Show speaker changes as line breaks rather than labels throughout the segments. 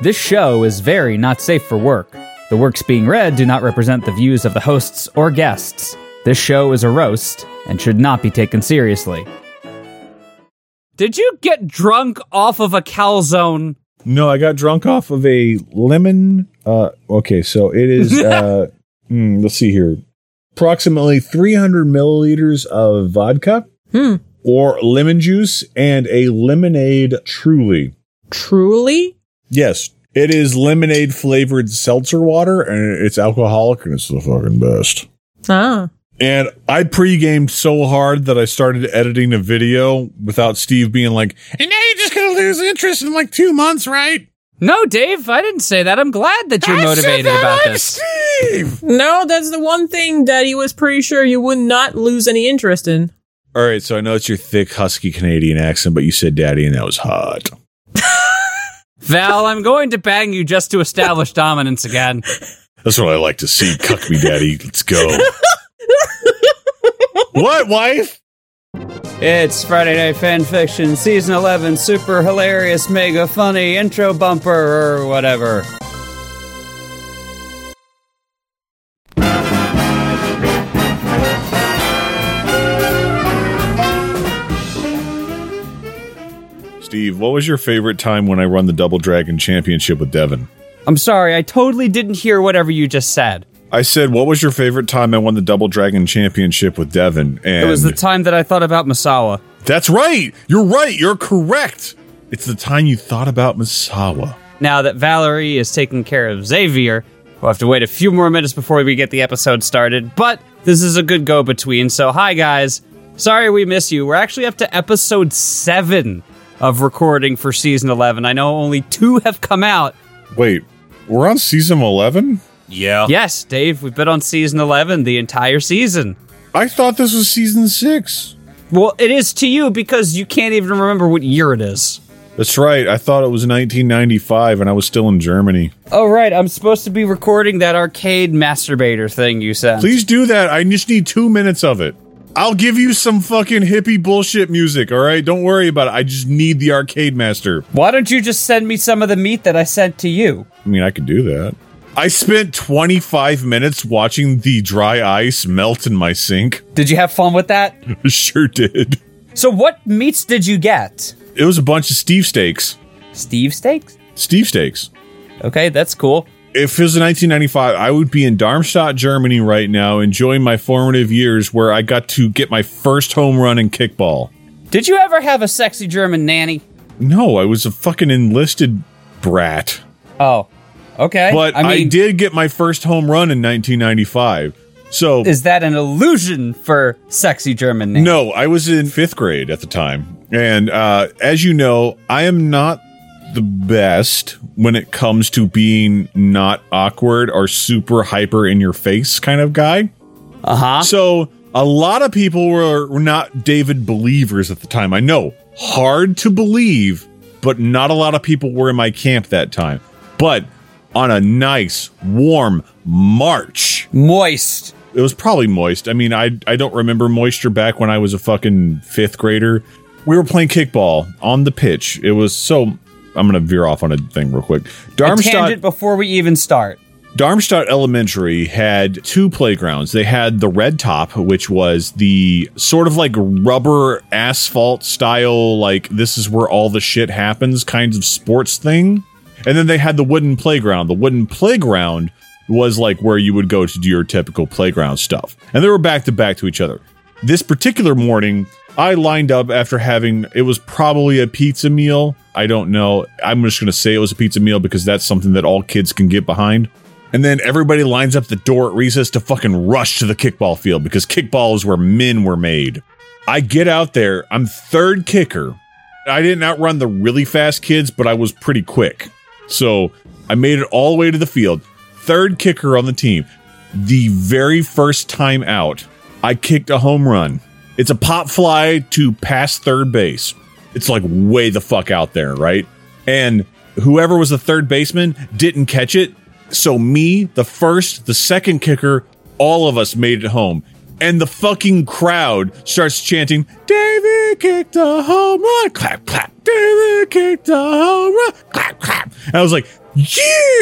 This show is very not safe for work. The works being read do not represent the views of the hosts or guests. This show is a roast and should not be taken seriously.
Did you get drunk off of a calzone?
No, I got drunk off of a lemon. Uh, okay, so it is. Uh, mm, let's see here, approximately 300 milliliters of vodka
Hmm.
or lemon juice and a lemonade. Truly,
Truly?
yes, it is lemonade flavored seltzer water, and it's alcoholic, and it's the fucking best.
Ah.
And I pre-gamed so hard that I started editing a video without Steve being like, and now you're just going to lose interest in like two months, right?
No, Dave, I didn't say that. I'm glad that you're motivated about this.
Steve!
No, that's the one thing that he was pretty sure you would not lose any interest in.
All right. So I know it's your thick, husky Canadian accent, but you said daddy and that was hot.
Val, I'm going to bang you just to establish dominance again.
That's what I like to see. Cuck me, daddy. Let's go. what, wife?
It's Friday Night Fan Fiction, Season 11, super hilarious, mega funny intro bumper or whatever.
Steve, what was your favorite time when I run the Double Dragon Championship with Devin?
I'm sorry, I totally didn't hear whatever you just said.
I said, what was your favorite time I won the Double Dragon Championship with Devin? And
It was the time that I thought about Masawa.
That's right. You're right. You're correct. It's the time you thought about Misawa.
Now that Valerie is taking care of Xavier, we'll have to wait a few more minutes before we get the episode started, but this is a good go between. So, hi guys. Sorry we miss you. We're actually up to episode 7 of recording for season 11. I know only 2 have come out.
Wait, we're on season 11?
Yeah. Yes, Dave, we've been on season 11 the entire season.
I thought this was season 6.
Well, it is to you because you can't even remember what year it is.
That's right. I thought it was 1995 and I was still in Germany.
Oh, right. I'm supposed to be recording that arcade masturbator thing you sent.
Please do that. I just need two minutes of it. I'll give you some fucking hippie bullshit music, all right? Don't worry about it. I just need the Arcade Master.
Why don't you just send me some of the meat that I sent to you?
I mean, I could do that. I spent 25 minutes watching the dry ice melt in my sink.
Did you have fun with that?
sure did.
So, what meats did you get?
It was a bunch of Steve steaks.
Steve steaks?
Steve steaks.
Okay, that's cool.
If it was 1995, I would be in Darmstadt, Germany right now, enjoying my formative years where I got to get my first home run in kickball.
Did you ever have a sexy German nanny?
No, I was a fucking enlisted brat.
Oh, okay.
But I,
mean,
did get my first home run in 1995. So,
Is that an illusion for sexy German nanny?
no, I was in fifth grade at the time. And uh, as you know, I am not the best when it comes to being not awkward or super hyper in your face kind of guy.
Uh huh.
So a lot of people were, were not David believers at the time. I know, hard to believe, but not a lot of people were in my camp that time. But on a nice, warm March,
Moist.
it was probably moist. I mean, I I don't remember moisture back when I was a fucking fifth grader. We were playing kickball on the pitch. It was so. I'm gonna veer off on a thing real quick.
A tangent before we even start.
Darmstadt Elementary had two playgrounds. They had the red top, which was the sort of like rubber asphalt style, like this is where all the shit happens kinds of sports thing. And then they had the wooden playground. The wooden playground was like where you would go to do your typical playground stuff. And they were back to back to each other. This particular morning, I lined up after having it was probably a pizza meal. I don't know. I'm just going to say it was a pizza meal because that's something that all kids can get behind. And then everybody lines up the door at recess to fucking rush to the kickball field because kickball is where men were made. I get out there. I'm third kicker. I didn't outrun the really fast kids, but I was pretty quick. So I made it all the way to the field. Third kicker on the team. The very first time out, I kicked a home run. It's a pop fly to past third base. It's like way the fuck out there, right? And whoever was the third baseman didn't catch it. So me, the first, the second kicker, all of us made it home. And the fucking crowd starts chanting, David kicked a home run, clap, clap. David kicked a home run, clap, clap. And I was like,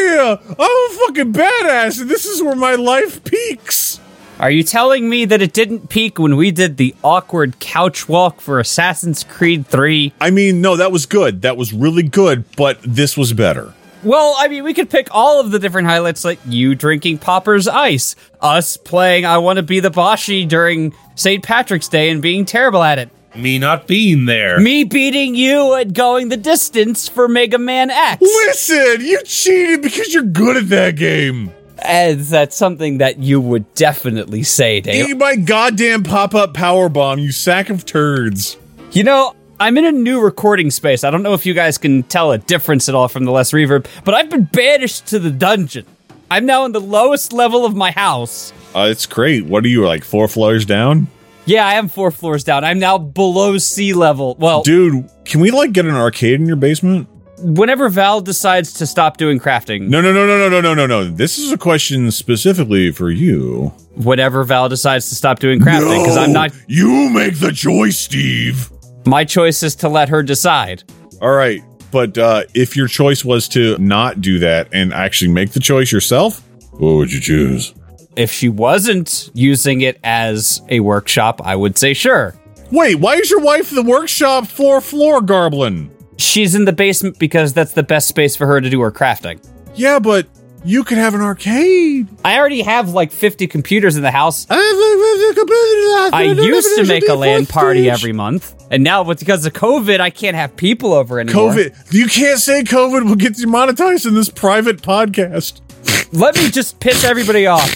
yeah, I'm a fucking badass, and this is where my life peaks.
Are you telling me that it didn't peak when we did the awkward couch walk for Assassin's Creed 3?
I mean, no, that was good. That was really good, but this was better.
Well, I mean, we could pick all of the different highlights, like you drinking Popper's Ice, us playing I Want to Be the Boshi during St. Patrick's Day and being terrible at it,
Me not being there.
me beating you at going the distance for Mega Man X.
Listen, you cheated because you're good at that game.
And that's something that you would definitely say, Dave.
Eat my goddamn pop up power bomb, you sack of turds.
You know, I'm in a new recording space. I don't know if you guys can tell a difference at all from the less reverb, but I've been banished to the dungeon. I'm now in the lowest level of my house.
Uh, it's great. What are you like four floors down,
Yeah, I am four floors down. I'm now below sea level. Well,
dude? Can we like get an arcade in your basement?
whenever Val decides to stop doing crafting,
No, no, no, no, no, no, no, no, no. This is a question specifically for you.
whenever Val decides to stop doing crafting, because I'm not.
You make the choice, Steve.
My choice is to let her decide.
All right, but uh, if your choice was to not do that and actually make the choice yourself, what would you choose?
If she wasn't using it as a workshop, I would say sure.
Wait, why is your wife the workshop floor floor goblin?
She's in the basement because that's the best space for her to do her crafting.
Yeah, but you could have an arcade.
I already have like 50 computers in the house. I
I
used to make a LAN party every month, and now with- because of COVID, I can't have people over anymore.
COVID. You can't say COVID will get demonetized in this private podcast.
Let me just piss everybody off.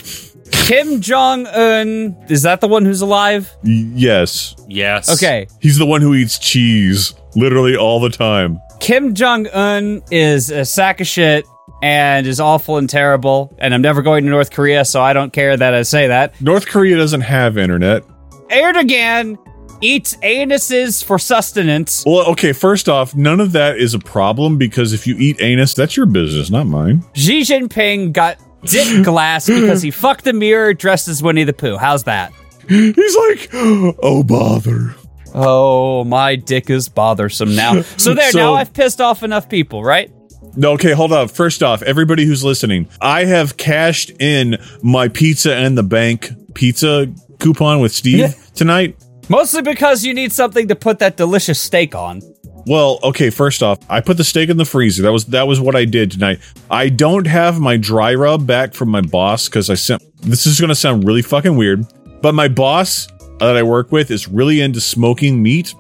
Kim Jong Un is that the one who's alive?
Yes,
yes.
Okay,
he's the one who eats cheese literally all the time.
Kim Jong Un is a sack of shit and is awful and terrible. And I'm never going to North Korea, so I don't care that I say that.
North Korea doesn't have internet.
Erdogan eats anuses for sustenance.
Well, okay, first off, none of that is a problem because if you eat anus, that's your business, not mine.
Xi Jinping got dick glass because he fucked a mirror dressed as Winnie the Pooh. How's that?
He's like, oh, bother.
Oh, my dick is bothersome now. So there,
So-
now I've pissed off enough people, right?
No, okay, hold up. First off, everybody who's listening, I have cashed in my pizza and the bank pizza coupon with Steve tonight.
Mostly because you need something to put that delicious steak on.
Well, okay, first off, I put the steak in the freezer. That was that was what I did tonight. I don't have my dry rub back from my boss cuz I sent This is going to sound really fucking weird, but my boss that I work with is really into smoking meat.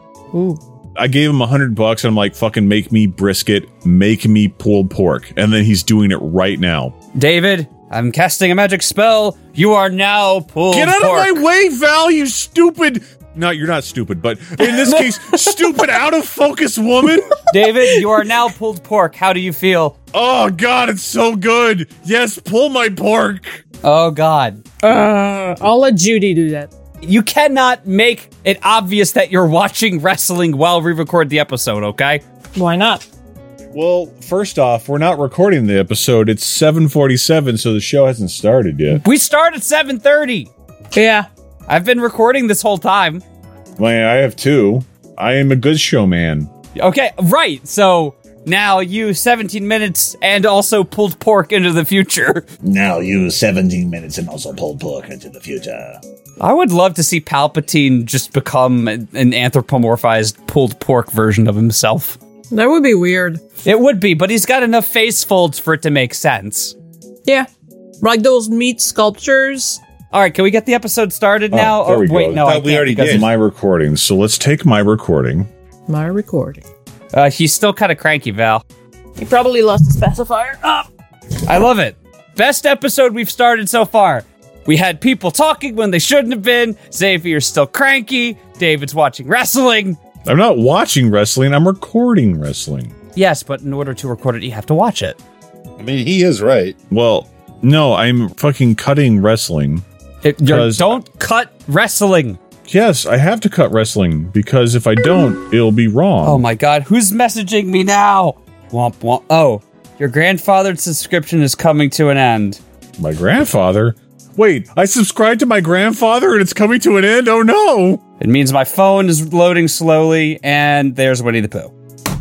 I gave him a hundred bucks and I'm like, fucking make me brisket, make me pulled pork. And then he's doing it right now.
David, I'm casting a magic spell. You are now pulled.
Get out
pork.
of my way, Val, you stupid. No, you're not stupid, but in this case, stupid out of focus woman.
David, you are now pulled pork. How do you feel?
Oh god, it's so good. Yes, pull my pork.
Oh God.
Uh, I'll let Judy do that.
You cannot make it obvious that you're watching wrestling while we record the episode, okay?
Why not?
Well, first off, we're not recording the episode. It's 7:47, so the show hasn't started yet.
We start at 7:30.
Yeah.
I've been recording this whole time.
Man, I have two. I am a good showman.
Okay, right. So now you 17 minutes and also pulled pork into the future.
Now use 17 minutes and also pulled pork into the future.
I would love to see Palpatine just become an an anthropomorphized pulled pork version of himself.
That would be weird.
It would be, but he's got enough face folds for it to make sense.
Yeah. Like those meat sculptures.
All right, can we get the episode started now?
Oh, there we
wait,
go.
no,
Thought
I can't
we already
because
did my recording. So let's take my recording.
My recording.
uh, he's still kind of cranky, Val.
He probably lost his pacifier. Ah!
I love it. Best episode we've started so far. We had people talking when they shouldn't have been. Xavier's still cranky. David's watching wrestling.
I'm not watching wrestling. I'm recording wrestling.
Yes, but in order to record it, you have to watch it.
I mean, he is right.
Well, no, I'm fucking cutting wrestling.
It- you're-
Because-
don't cut wrestling.
Yes, I have to cut wrestling because if I don't, it'll be wrong.
Oh my god, who's messaging me now? Womp womp. Oh, your grandfathered subscription is coming to an end.
My grandfather? Wait, I subscribed to my grandfather and it's coming to an end? Oh no!
It means my phone is loading slowly, and there's Winnie the Pooh.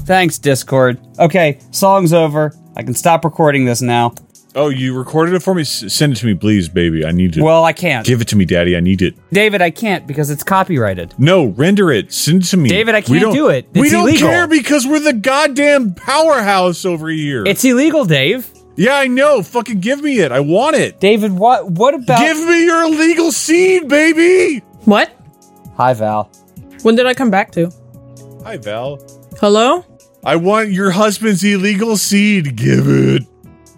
Thanks, Discord. Okay, song's over. I can stop recording this now.
Oh, you recorded it for me? S- send it to me, please, baby. I need it.
Well, I can't.
Give it to me, daddy. I need it.
David, I can't because it's copyrighted.
No, render it. Send it to me.
David, I
We
can't
don't-
do it.
we
It's
don't
illegal.
care because we're the goddamn powerhouse over here.
It's illegal, Dave.
yeah, I know. Fucking give me it. I want it.
David, what what about
Give me your illegal seed, baby.
What?
Hi Val.
When did I come back to?
Hi, Val.
Hello?
I want your husband's illegal seed. Give it.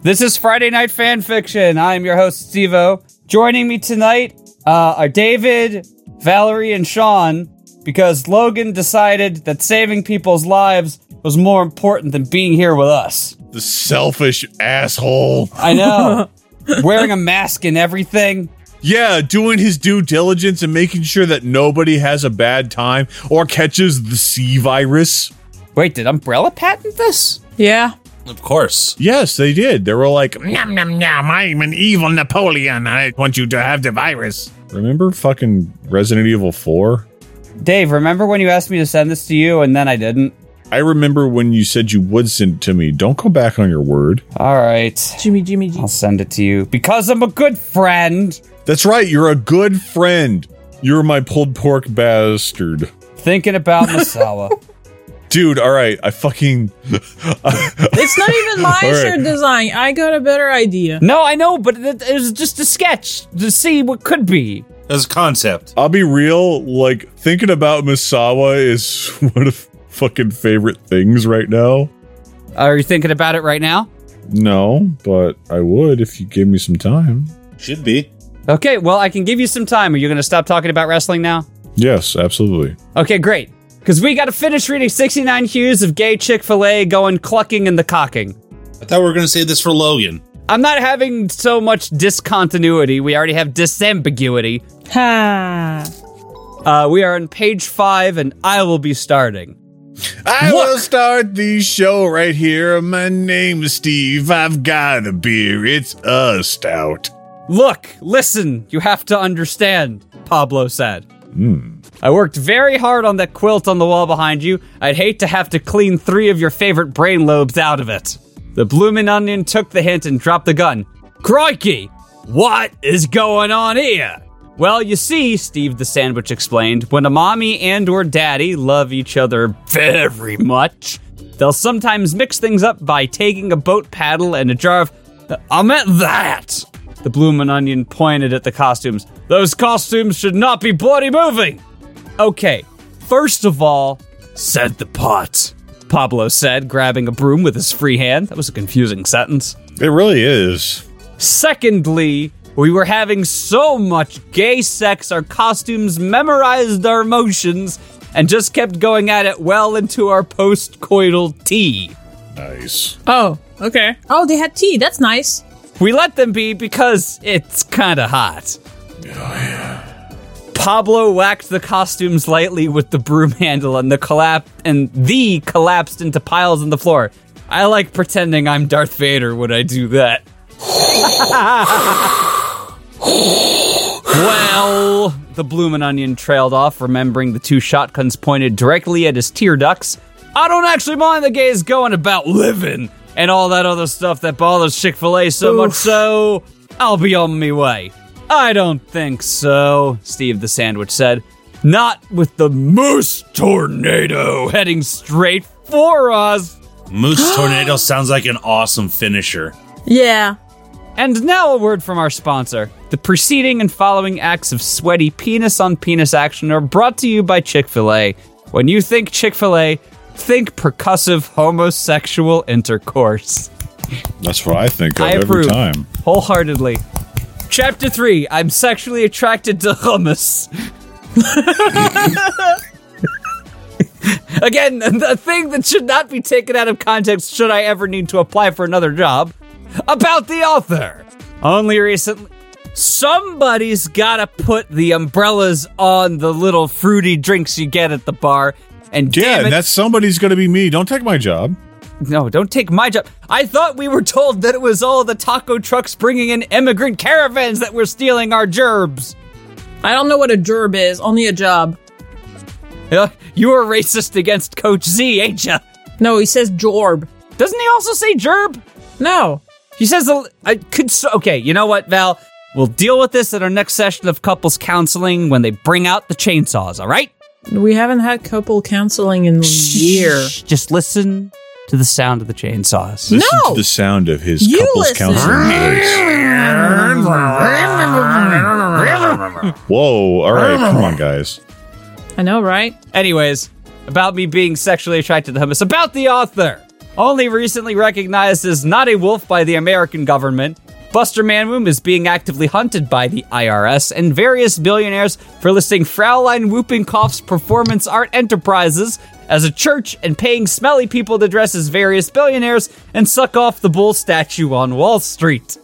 This is Friday Night Fan Fiction. I am your host, Stevo. Joining me tonight uh, are David, Valerie, and Sean because Logan decided that saving people's lives was more important than being here with us.
The selfish asshole.
I know. Wearing a mask and everything.
Yeah, doing his due diligence and making sure that nobody has a bad time or catches the C virus.
Wait, did Umbrella patent this?
Yeah.
Of course.
Yes, they did. They were like,
Nom nom nom, I'm an evil Napoleon. I want you to have the virus.
remember fucking Resident Evil 4?
Dave, remember when you asked me to send this to you and then I didn't?
I remember when you said you would send it to me. Don't go back on your word.
All right.
Jimmy, Jimmy, Jimmy.
I'll send it to you because I'm a good friend.
That's right. You're a good friend. You're my pulled pork bastard.
Thinking about Masawa.
Dude, all right. I fucking.
It's not even my
All right.
shirt design. I got a better idea.
No, I know, but it, it was just a sketch to see what could be.
As a concept.
I'll be real. Like thinking about Misawa is one of fucking favorite things right now.
Are you thinking about it right now?
No, but I would if you gave me some time.
Should be.
Okay, well, I can give you some time. Are you going to stop talking about wrestling now?
Yes, absolutely.
Okay, great. Because we got to finish reading 69 Hues of Gay Chick fil A going clucking and the cocking.
I thought we were going to say this for Logan.
I'm not having so much discontinuity. We already have disambiguity.
Ha.
Uh, we are on page five, and I will be starting.
I will start the show right here. My name is Steve. I've got a beer. It's a stout.
Look, listen, you have to understand, Pablo said. I worked very hard on that quilt on the wall behind you. I'd hate to have to clean three of your favorite brain lobes out of it. The bloomin' onion took the hint and dropped the gun. Crikey! What is going on here? Well, you see, Steve the Sandwich explained, when a mommy and or daddy love each other very much, they'll sometimes mix things up by taking a boat paddle and a jar of... I meant that! The bloomin' onion pointed at the costumes. Those costumes should not be bloody moving! Okay, first of all, said the pot. Pablo said, grabbing a broom with his free hand. That was a confusing sentence.
It really is.
Secondly, we were having so much gay sex, our costumes memorized our motions and just kept going at it well into our post coital tea.
Nice.
Oh, okay. Oh, they had tea. That's nice.
We let them be because it's kinda hot. Pablo whacked the costumes lightly with the broom handle and the collapse and the collapsed into piles on the floor. I like pretending I'm Darth Vader when I do that. well, the bloomin' onion trailed off, remembering the two shotguns pointed directly at his tear ducts. I don't actually mind the gays going about living and all that other stuff that bothers Chick fil A so much, so I'll be on me way. I don't think so, Steve the Sandwich said. Not with the moose tornado heading straight for us.
Moose Tornado sounds like an awesome finisher.
Yeah.
And now a word from our sponsor. The preceding and following acts of sweaty penis on penis action are brought to you by Chick fil A. When you think Chick fil A, think percussive homosexual intercourse.
That's what I think of
I
every
approve.
time.
Wholeheartedly. Chapter 3 I'm sexually attracted to hummus. Again, the thing that should not be taken out of context should I ever need to apply for another job. About the author. Only recently. Somebody's gotta put the umbrellas on the little fruity drinks you get at the bar. And
Yeah,
damn it,
that's somebody's going to be me. Don't take my job.
no, don't take my job. I thought we were told that it was all the taco trucks bringing in immigrant caravans that were stealing our gerbs.
I don't know what a gerb is. Only a job.
Uh, You were racist against Coach Z, ain't ya?
No, he says jorb.
Doesn't he also say gerb?
No.
He says, the, I could. s- Okay, you know what, Val? We'll deal with this at our next session of couples counseling when they bring out the chainsaws, all right?
We haven't had couple counseling in a year.
Shh, Just listen to the sound of the chainsaws.
Listen
No!
to the sound of his
You
couples
listen.
counseling voice. Whoa! All right, come on, guys.
I know, right?
Anyways, about me being sexually attracted to him. It's about the author. Only recently recognized as not a wolf by the American government, Buster Manwomb is being actively hunted by the IRS and various billionaires for listing Fraulein Whoopinkoff's performance art enterprises as a church and paying smelly people to dress as various billionaires and suck off the bull statue on Wall Street.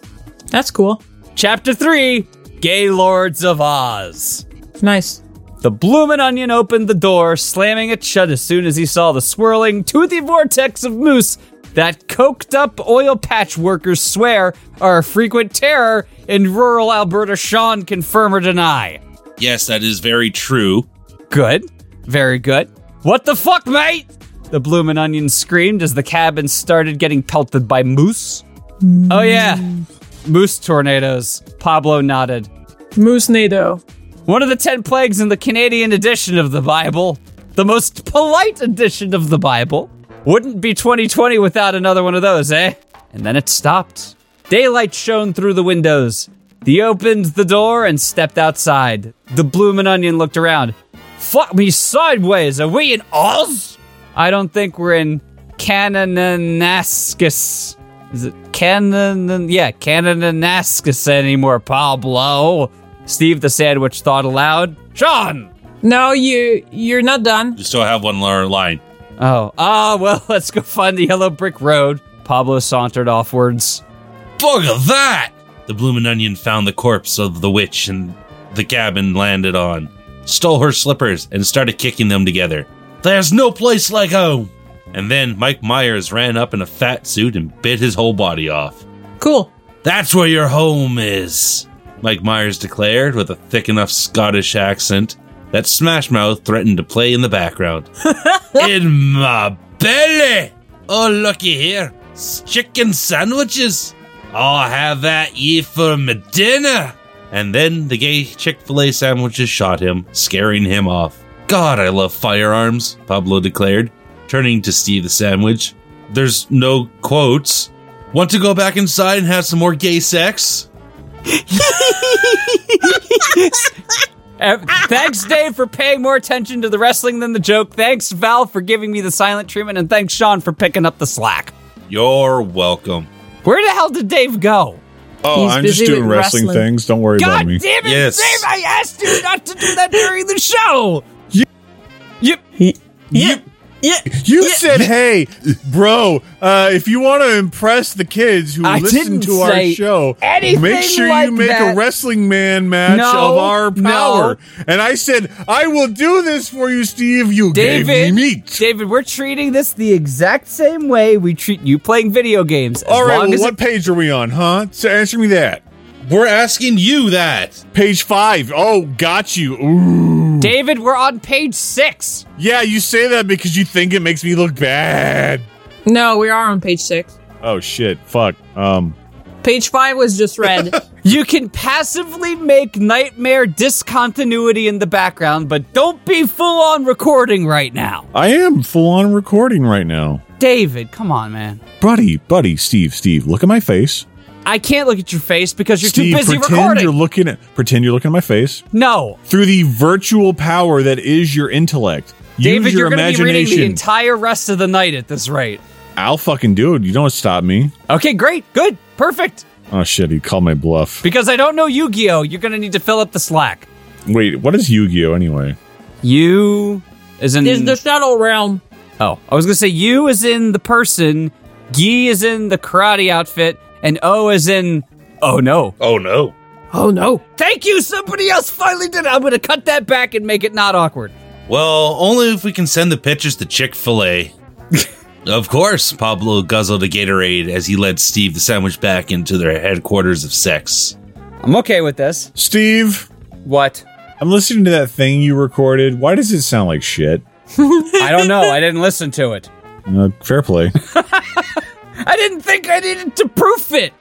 That's cool.
Chapter 3 Gay Lords of Oz.
Nice.
The bloomin' onion opened the door, slamming it shut as soon as he saw the swirling, toothy vortex of moose that coked up oil patch workers swear are a frequent terror in rural Alberta. Sean, confirm or deny?
Yes, that is very true.
Good. Very good. What the fuck, mate? The bloomin' onion screamed as the cabin started getting pelted by moose. Oh, yeah. Moose tornadoes. Pablo nodded.
Moose Nado.
One of the ten plagues in the Canadian edition of the Bible, the most polite edition of the Bible. Wouldn't be 2020 without another one of those, eh? And then it stopped. Daylight shone through the windows. He opened the door and stepped outside. The bloomin' onion looked around. Fuck me sideways, are we in Oz? I don't think we're in Cananascus. Is it Canon? Yeah, Cananascus anymore, Pablo. Steve the sandwich thought aloud. Sean!
No, you you're not done.
You still have one more line.
Oh, ah, well, let's go find the yellow brick road. Pablo sauntered offwards.
Bug of that! The bloomin' onion found the corpse of the witch and the cabin landed on, stole her slippers, and started kicking them together. There's no place like home! And then Mike Myers ran up in a fat suit and bit his whole body off.
Cool.
That's where your home is, Mike Myers declared with a thick enough Scottish accent that Smash Mouth threatened to play in the background. in my belly! Oh, looky here. s- Chicken sandwiches. I'll have that ye for my dinner. And then the gay Chick fil A sandwiches shot him, scaring him off. God, I love firearms, Pablo declared, turning to Steve the sandwich. There's no quotes. Want to go back inside and have some more gay sex?
Eh, Thanks, Dave, for paying more attention to the wrestling than the joke. Thanks, Val, for giving me the silent treatment. And thanks, Sean, for picking up the slack.
You're welcome.
Where the hell did Dave go?
Oh,
He's
I'm just
busy
doing
with
wrestling,
wrestling.
things. Don't worry
God
about me.
damn it,
Yes.
Dave! I asked you not to do that during the show. Yep.
Yeah.
You said, "Hey, bro, uh, if you want to impress the kids who
I
listen
didn't
to our
say
show,
anything
make sure
like
you make
that."
a wrestling man match
No,
of our
no.
power." And I said, "I will do this for you, Steve. You gave
David,
me meat."
David, we're treating this the exact same way we treat you playing video games. As
All right,
long
well,
as
what
it-
page are we on, huh? So answer me that.
We're asking you that.
Page five. Oh, got you. Ooh.
David, we're on page six.
Yeah, you say that because you think it makes me look bad.
No, we are on page six.
Oh shit! Fuck. Um.
Page five was just read.
You can passively make nightmare discontinuity in the background, but don't be full on recording right now.
I am full on recording right now.
David, come on, man.
Buddy, buddy, Steve, Steve, look at my face.
I can't look at your face because you're
Steve,
too busy
pretend
recording.
you're looking at pretend you're looking at my face.
no.
Through the virtual power that is your intellect.
David,
Use your
you're going to be reading
imagination.
the entire rest of the night at this rate.
I'll fucking do it. You don't stop me.
Okay, great. Good. Perfect.
Oh shit, he called my bluff.
Because I don't know Yu Gi Oh! You're going to need to fill up the slack.
Wait, what is Yu-Gi-Oh anyway?
You is in.
There's the shadow realm.
oh, I was gonna say you is in the person, Gi is in the karate outfit, and O is in. Oh no!
Oh no.
Oh no.
Thank you. Somebody else finally did. it. I'm gonna cut that back and make it not awkward.
Well, only if we can send the pictures to Chick fil A. of course, Pablo guzzled a Gatorade as he led Steve the sandwich back into their headquarters of sex.
I'm okay with this.
Steve,
What?
I'm listening to that thing you recorded. Why does it sound like shit?
I don't know. I didn't listen to it.
Uh, fair play.
I didn't think I needed to proof it.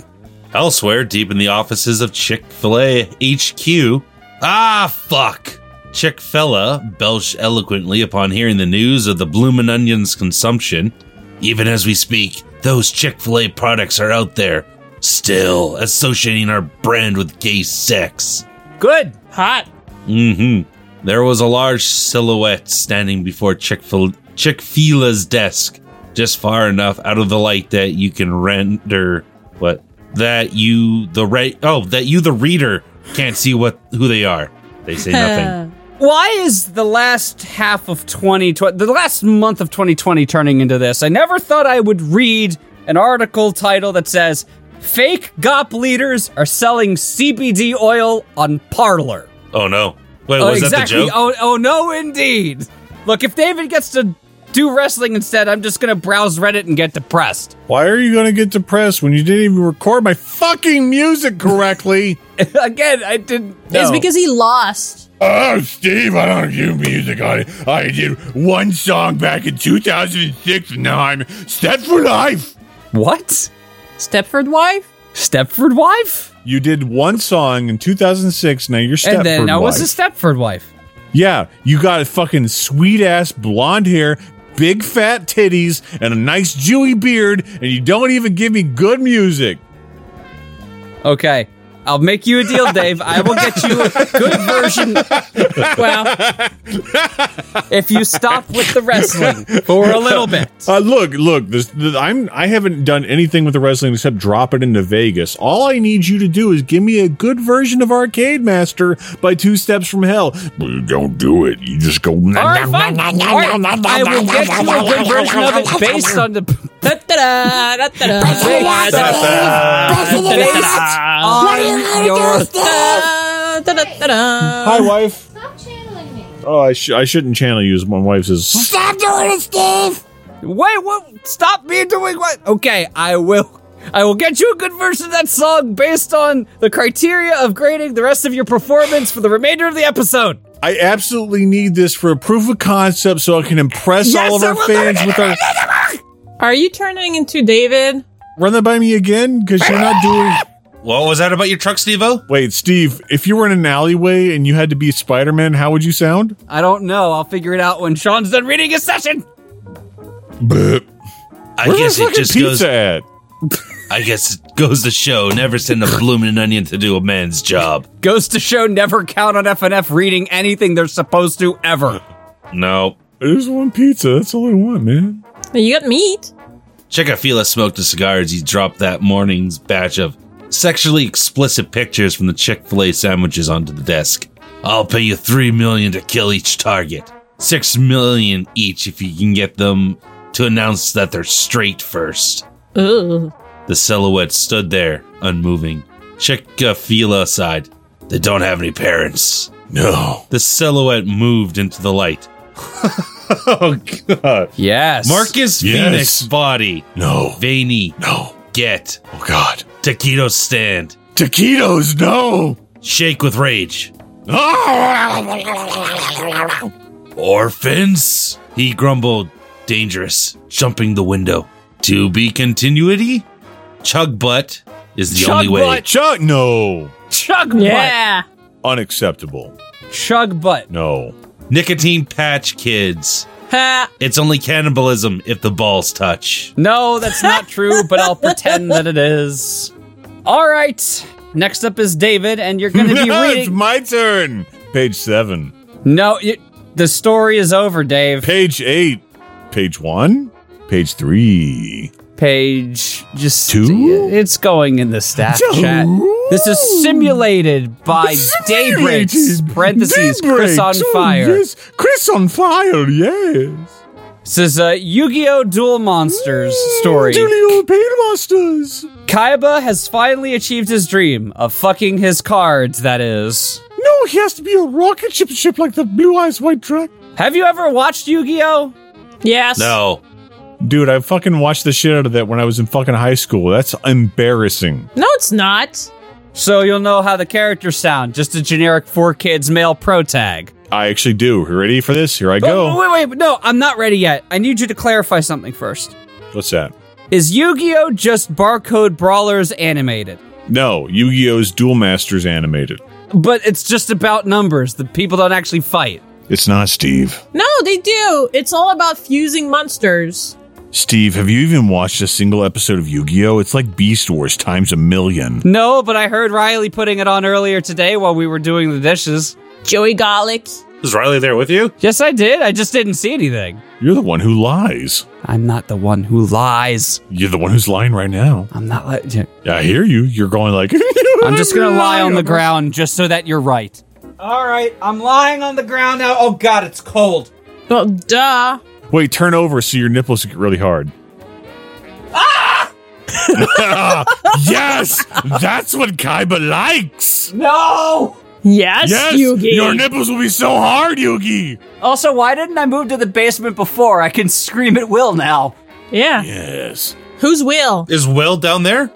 Elsewhere, deep in the offices of Chick fil A HQ, ah, fuck! Chick fella belched eloquently upon hearing the news of the bloomin' onions consumption. Even as we speak, those Chick fil A products are out there, still associating our brand with gay sex.
Good.
Hot.
Mm hmm. There was a large silhouette standing before Chick fil Chick-fil-A's desk, just far enough out of the light that you can render what that you the re- oh that you the reader can't see what who they are. They say nothing.
Why is the last half of 2020, the last month of 2020 turning into this? I never thought I would read an article title that says, Fake GOP leaders are selling CBD oil on Parlor.
Oh no! Wait, was
Oh,
that the joke?
Oh, oh, no, indeed. Look, if David gets to do wrestling instead, I'm just going to browse Reddit and get depressed.
Why are you going to get depressed when you didn't even record my fucking music correctly?
Again, I didn't.
It's
know.
because he lost.
Oh, Steve, I don't do music. I, I did one song back in 2006, and now I'm set for life.
What?
Stepford wife?
Stepford wife?
You did one song in 2006. Now you're Stepford
and then I was
wife.
a Stepford wife.
yeah, you got a fucking sweet ass blonde hair, big fat titties, and a nice dewy beard, and you don't even give me good music.
Okay. I'll make you a deal, Dave. I will get you a good version. Well, if you stop with the wrestling for a little bit.
Uh, look, look. This, th I'm. I haven't done anything with the wrestling except drop it into Vegas. All I need you to do is give me a good version of Arcade Master by Two Steps from Hell.
Well, don't do it. You just go.
All right, fine. All right, I will get you a good version of it based on the
Da-da-da, da-da-da.
on your
Da-da-da, da-da-da.
Hi, wife.
Stop channeling me.
Oh, I, sh- I shouldn't channel you. My wife says,
Wait, what? Stop me doing what? Okay, I will. I will get you a good version of that song based on the criteria of grading the rest of your performance for the remainder of the episode.
"I absolutely need this for a proof of concept, so I can impress
Yes,
all of
I
our
will-
fans with our."
Are you turning into David?
Run that by me again, because you're not doing.
what was that about your truck, Stevo?
Wait, Steve. If you were in an alleyway and you had to be Spider Man, how would you sound?
I don't know. I'll figure it out when Sean's done reading his session.
I
Where's
guess
the
it
fucking
just
pizza
goes.
at?
I guess it goes to show. Never send a blooming onion to do a man's job.
Goes to show never count on FNF reading anything they're supposed to ever.
No.
I just want pizza. That's all I want, man.
You got meat.
Chikafila smoked a cigar as he dropped that morning's batch of sexually explicit pictures from the Chick fil A sandwiches onto the desk. I'll pay you three million to kill each target, six million each if you can get them to announce that they're straight first.
Ugh.
The silhouette stood there, unmoving. Chikafila sighed. They don't have any parents.
No.
The silhouette moved into the light.
Oh god.
Yes.
Yes.
Marcus Phoenix body.
No.
Veiny.
No.
Get.
Oh, God.
Taquito stand.
Taquitos, no.
Shake with rage.
Oh!
Orphans? He grumbled, dangerous, jumping the window. To be continuity? Chug butt is the only way.
Chuck, no.
Chug
Yeah.
Unacceptable.
butt. Chug butt.
No.
Nicotine patch kids.
Ha.
It's only cannibalism if the balls touch.
No, that's not true, but I'll pretend that it is. All right. Next up is David, and you're going to be
it's
reading.
my turn. Page seven.
No, you, the story is over, Dave.
Page eight. Page one. Page three.
Page just
Two?
It's going in the staff chat. This is simulated by Daybreaks.
Simulated.
Parentheses. Chris
Daybreaks.
on
Oh,
fire.
yes. Chris on fire, yes.
This is a Yu-Gi-Oh! Duel Monsters
Mm,
story.
Julio Painmasters.
Kaiba has finally achieved his dream of fucking his cards. That is.
No, he has to be a rocket ship ship like the Blue Eyes White Dragon.
Have you ever watched Yu-Gi-Oh?
Yes.
No.
Dude, I fucking watched the shit out of that when I was in fucking high school. That's embarrassing.
No, it's not.
So you'll know how the characters sound. Just a generic four kids male pro tag.
I actually do. Ready for this? Here I
Oh,
go.
wait, wait, wait, no, I'm not ready yet. I need you to clarify something first.
What's that?
Is Yu Gi Oh! just barcode brawlers animated?
No, Yu Gi Oh's Duel Masters animated.
But it's just about numbers. The people don't actually fight.
It's not Steve.
No, they do. It's all about fusing monsters.
Steve, have you even watched a single episode of Yu Gi Oh? It's like Beast Wars times a million.
No, but I heard Riley putting it on earlier today while we were doing the dishes.
Joey Garlic.
Is Riley there with you?
Yes, I did. I just didn't see anything.
You're the one who lies.
I'm not the one who lies.
You're the one who's lying right now.
I'm not like.
I hear you. You're going like.
I'm just gonna lie on the ground just so that you're right. All right, I'm lying on the ground now. Oh God, it's cold.
Well, duh.
Wait, turn over so your nipples get really hard.
yes, that's what Kaiba likes.
No.
Yes,
Yes,
Yugi.
your nipples will be so hard, Yugi.
Also, why didn't I move to the basement before? I can scream at will now,
yeah.
Yes.
Who's Will?
Is Will down there?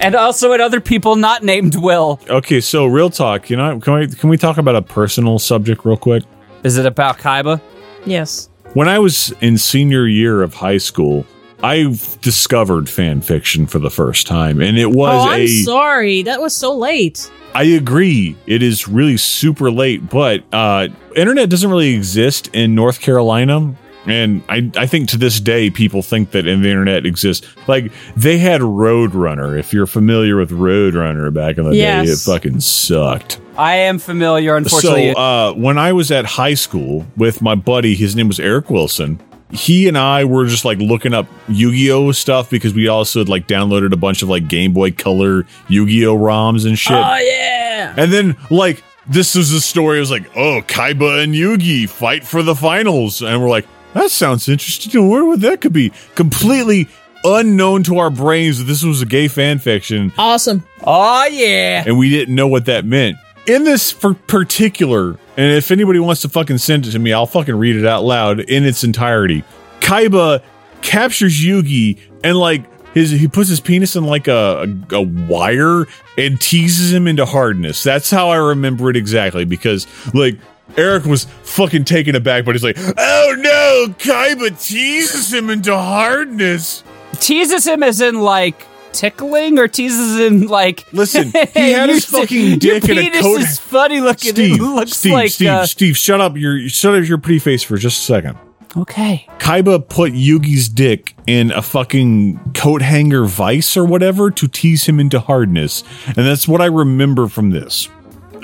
and also at other people not named Will.
Okay, so real talk. You know, can we can we talk about a personal subject real quick?
Is it about Kaiba?
Yes.
When I was in senior year of high school, I discovered fan fiction for the first time, and it was
Oh, I'm
a.
sorry. That was so late.
I agree. It is really super late, but uh, internet doesn't really exist in North Carolina. And I, I think to this day, people think that the internet exists. Like they had Roadrunner. If you're familiar with Roadrunner back in the day, it
Yes.
fucking sucked.
I am familiar, unfortunately.
So uh, when I was at high school with my buddy, his name was Eric Wilson. He and I were just like looking up Yu-Gi-Oh stuff because we also had like downloaded a bunch of like Game Boy Color Yu-Gi-Oh ROMs and shit.
Oh yeah.
And then like this was the story. It was like, oh, Kaiba and Yugi fight for the finals, and we're like, that sounds interesting. I wonder what that could be. Completely unknown to our brains that this was a gay fan fiction,
Awesome.
oh yeah.
and we didn't know what that meant. In this for particular, and if anybody wants to fucking send it to me, I'll fucking read it out loud in its entirety. Kaiba captures Yugi and like his he puts his penis in like a, a, a wire and teases him into hardness. That's how I remember it exactly because like Eric was fucking taken aback, but he's like, "Oh no, Kaiba teases him into hardness."
Teases him as in like tickling, or teases him like.
Listen, he had
Your
his
s-
fucking dick
your
in a
penis
coat.
is funny looking.
Steve,
it looks
Steve,
like
Steve,
uh,
Steve, shut up your shut up your pretty face for just a second.
okay.
Kaiba put Yugi's dick in a fucking coat hanger vice or whatever to tease him into hardness. And that's what I remember from this.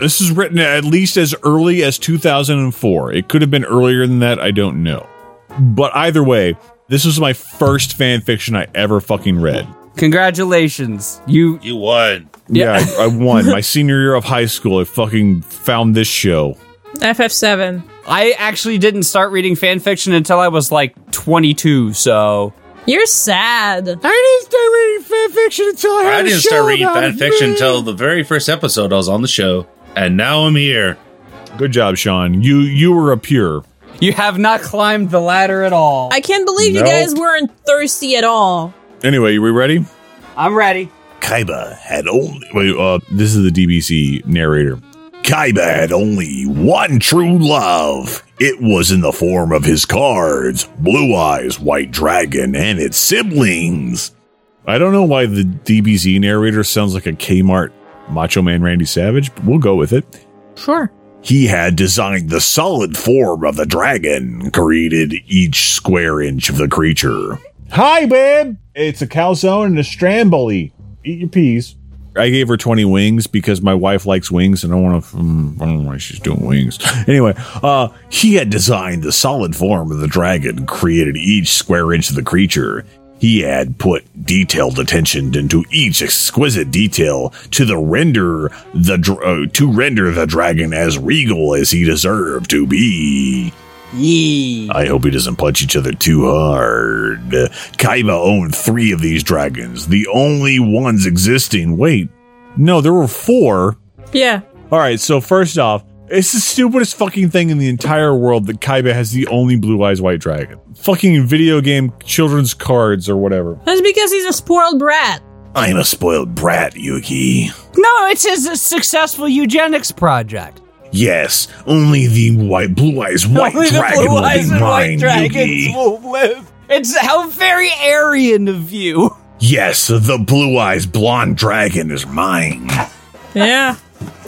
This is written at least as early as 2004. It could have been earlier than that, I don't know. But either way, this was my first fan fiction I ever fucking read.
Congratulations, you.
You won.
Yeah, I, I won. My senior year of high school, I fucking found this show.
FF7.
I actually didn't start reading fan fiction until I was like 22. So
You're
I
sad.
didn't start reading fan fiction until I
I didn't start reading fan fiction until the very first episode I was on the show, and now I'm here.
Good job, Sean. You you were a pure.
you have not climbed the ladder at all.
I can't believe you guys weren't thirsty at all.
Anyway, we ready?
I'm ready.
Kaiba had only
Wait, uh, this is the DBC narrator.
Kaiba had only one true love. It was in the form of his cards, Blue Eyes, White Dragon, and its siblings.
I don't know why the DBZ narrator sounds like a Kmart Macho Man Randy Savage, but we'll go with it.
Sure.
He had designed the solid form of the dragon, created each square inch of the creature.
Hi, babe. It's a calzone and a stramboli. Eat your peas. I gave her 20 wings because my wife likes wings and I want to.
hmm,
Mm, I don't know why she's doing wings. Anyway,
Uh, he had designed the solid form of the dragon, created each square inch of the creature. He had put detailed attention into each exquisite detail to the render the dr- uh, to render the dragon as regal as he deserved to be.
Yee.
I hope he doesn't punch each other too hard. Kaiba owned three of these dragons, the only ones existing. Wait,
no, there were four.
Yeah.
All right, so first off, it's the stupidest fucking thing in the entire world that Kaiba has the only blue eyes white dragon. Fucking video game children's cards or whatever.
That's because he's a spoiled brat.
I'm a spoiled brat, Yuki.
No, it's his successful eugenics project.
Yes, only the white blue eyes white
Only the
dragon
blue
will
eyes
be
and
mine,
white dragons
Yugi.
will live It's how very Aryan of you.
Yes, the blue eyes blonde dragon is mine.
Yeah.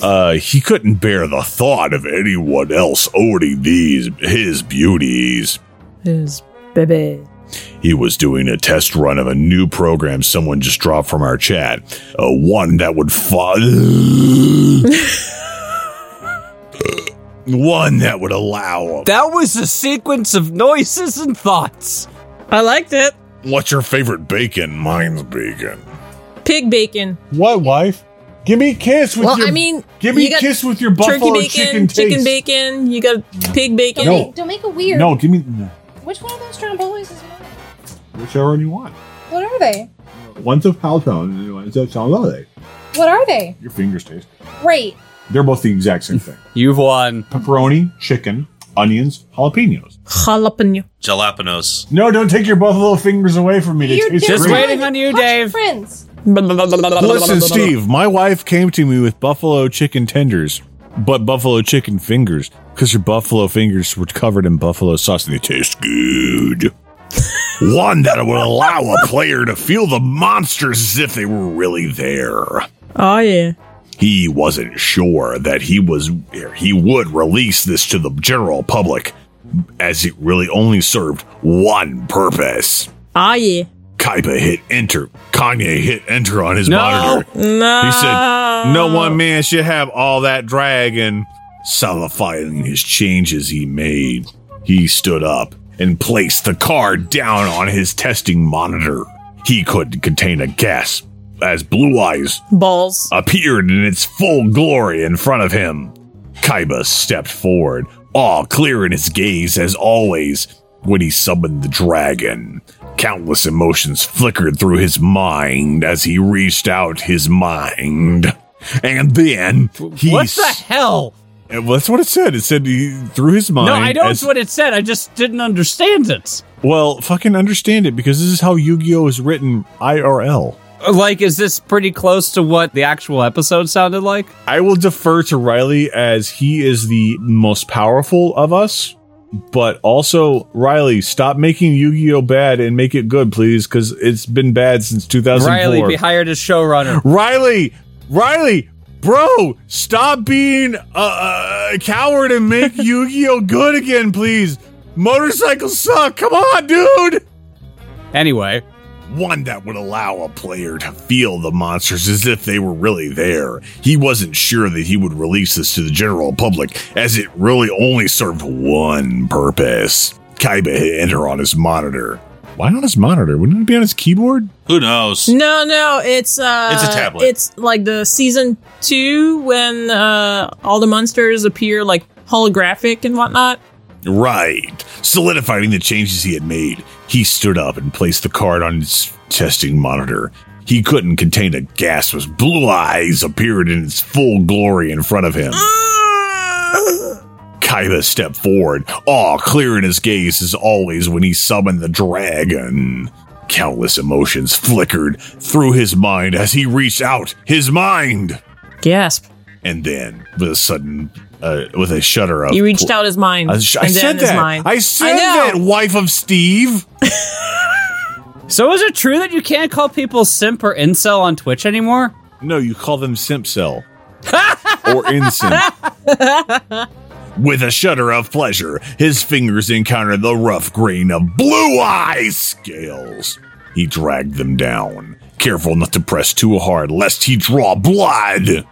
Uh, he couldn't bear the thought of anyone else owning these his beauties.
His baby.
He was doing a test run of a new program someone just dropped from our chat. Uh, one that would fo- one that would allow.
That was a sequence of noises and thoughts.
I liked it.
What's your favorite bacon? Mine's bacon.
Pig bacon.
What wife? Give me a kiss with
Well,
your.
I mean,
give me
you
a
got
kiss with your
Turkey
buffalo
bacon,
chicken, taste.
bacon. You got pig bacon.
Don't,
No.
make, don't make it weird.
No, give me no,
Which one of those trombolis is mine?
whichever one you want.
What are they?
One's a pow and one's a chalade.
What are they?
Your fingers taste.
Great.
They're both the exact same thing:
You've won.
pepperoni, chicken, onions, jalapenos.
Jalapeno.
Jalapenos.
No, don't take your buffalo fingers away from me. They
You're
taste
Just
great.
waiting on you,
Bunch of
Dave.
Friends.
Listen, Steve, my wife came to me with buffalo chicken tenders, but buffalo chicken fingers, because your buffalo fingers were covered in buffalo sauce and they taste good. One that would allow a player to feel the monsters as if they were really there.
Oh yeah.
He wasn't sure that he was he would release this to the general public, as it really only served one purpose.
Oh yeah.
Kaiba hit enter. Kanye hit enter on his
No.
monitor.
No.
He said, No one man should have all that dragon. Solidifying his changes he made, he stood up and placed the card down on his testing monitor. He couldn't contain a gasp as Blue Eyes
balls.
appeared in its full glory in front of him. Kaiba stepped forward, all clear in his gaze as always when he summoned the dragon. Countless emotions flickered through his mind as he reached out his mind. And then he.
What the hell?
hell? That's what it said. It said he through his mind.
No, I know
as-
it's what it said. I just didn't understand it.
well, fucking understand it because this is how Yu Gi Oh! is written IRL.
Like, is this pretty close to what the actual episode sounded like?
I will defer to Riley as he is the most powerful of us. But also, Riley, stop making Yu Gi Oh bad and make it good, please, because it's been bad since 2004.
Riley
Riley,
be hired as showrunner.
Riley, Riley, bro, stop being a, a- a coward and make Yu Gi Oh good again, please. Motorcycles suck. Come on, dude.
Anyway,
One that would allow a player to feel the monsters as if they were really there. He wasn't sure that he would release this to the general public, as it really only served one purpose. Kaiba hit enter on his monitor. Why on his monitor? Wouldn't it be on his keyboard?
Who knows?
No, no, it's uh,
It's a tablet.
It's like the season two when uh, all the monsters appear like holographic and whatnot.
Right. Solidifying the changes he had made, he stood up and placed the card on his testing monitor. He couldn't contain a gasp as blue eyes appeared in its full glory in front of him. Kaiba stepped forward, all clear in his gaze as always when he summoned the dragon. Countless emotions flickered through his mind as he reached out his mind.
Gasp!
And then, with a sudden, uh, with a shudder of
He reached out his mind.
I, sh- I
and then
said
his
that.
mind.
I said
know.
that, wife of Steve.
so is it true that you can't call people simp or incel on Twitch anymore?
No, you call them simp cell or insim. With a shudder of pleasure, his fingers encountered the rough grain of blue eye scales. He dragged them down, careful not to press too hard lest he draw blood.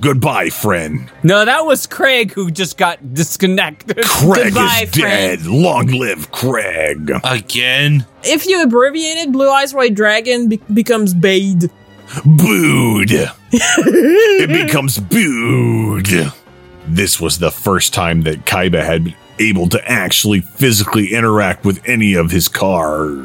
Goodbye, friend.
No, that was Craig who just got disconnected.
Craig
Goodbye,
is
friend.
dead. Long live Craig.
Again?
if you abbreviated Blue Eyes White Dragon be- becomes Bade.
booed. it becomes booed. This was the first time that Kaiba had been able to actually physically interact with any of his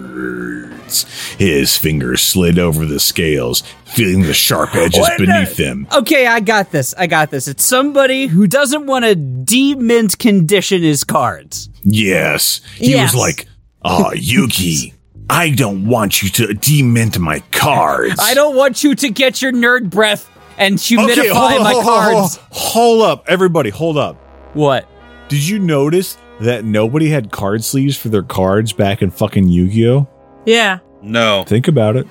cards. His fingers slid over the scales, feeling the sharp edges beneath them.
Okay, I got this. I got this. It's somebody who doesn't want to demint condition his cards.
Yes. He
Yes.
was like, "Ah, Yuki, I don't want you to demint my cards.
I don't want you to get your nerd breath and humidify my
hold,
cards.
hold up, everybody, hold up.
What?
Did you notice that nobody had card sleeves for their cards back in fucking Yu Gi Oh?
Yeah.
No.
Think about it.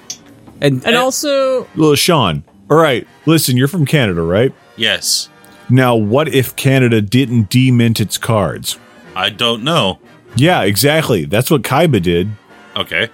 And,
Eh.
And also,
Little Sean, all right, listen, you're from Canada, right?
Yes.
Now, what if Canada didn't demint its cards?
I don't know.
Yeah, exactly. That's what Kaiba did.
Okay.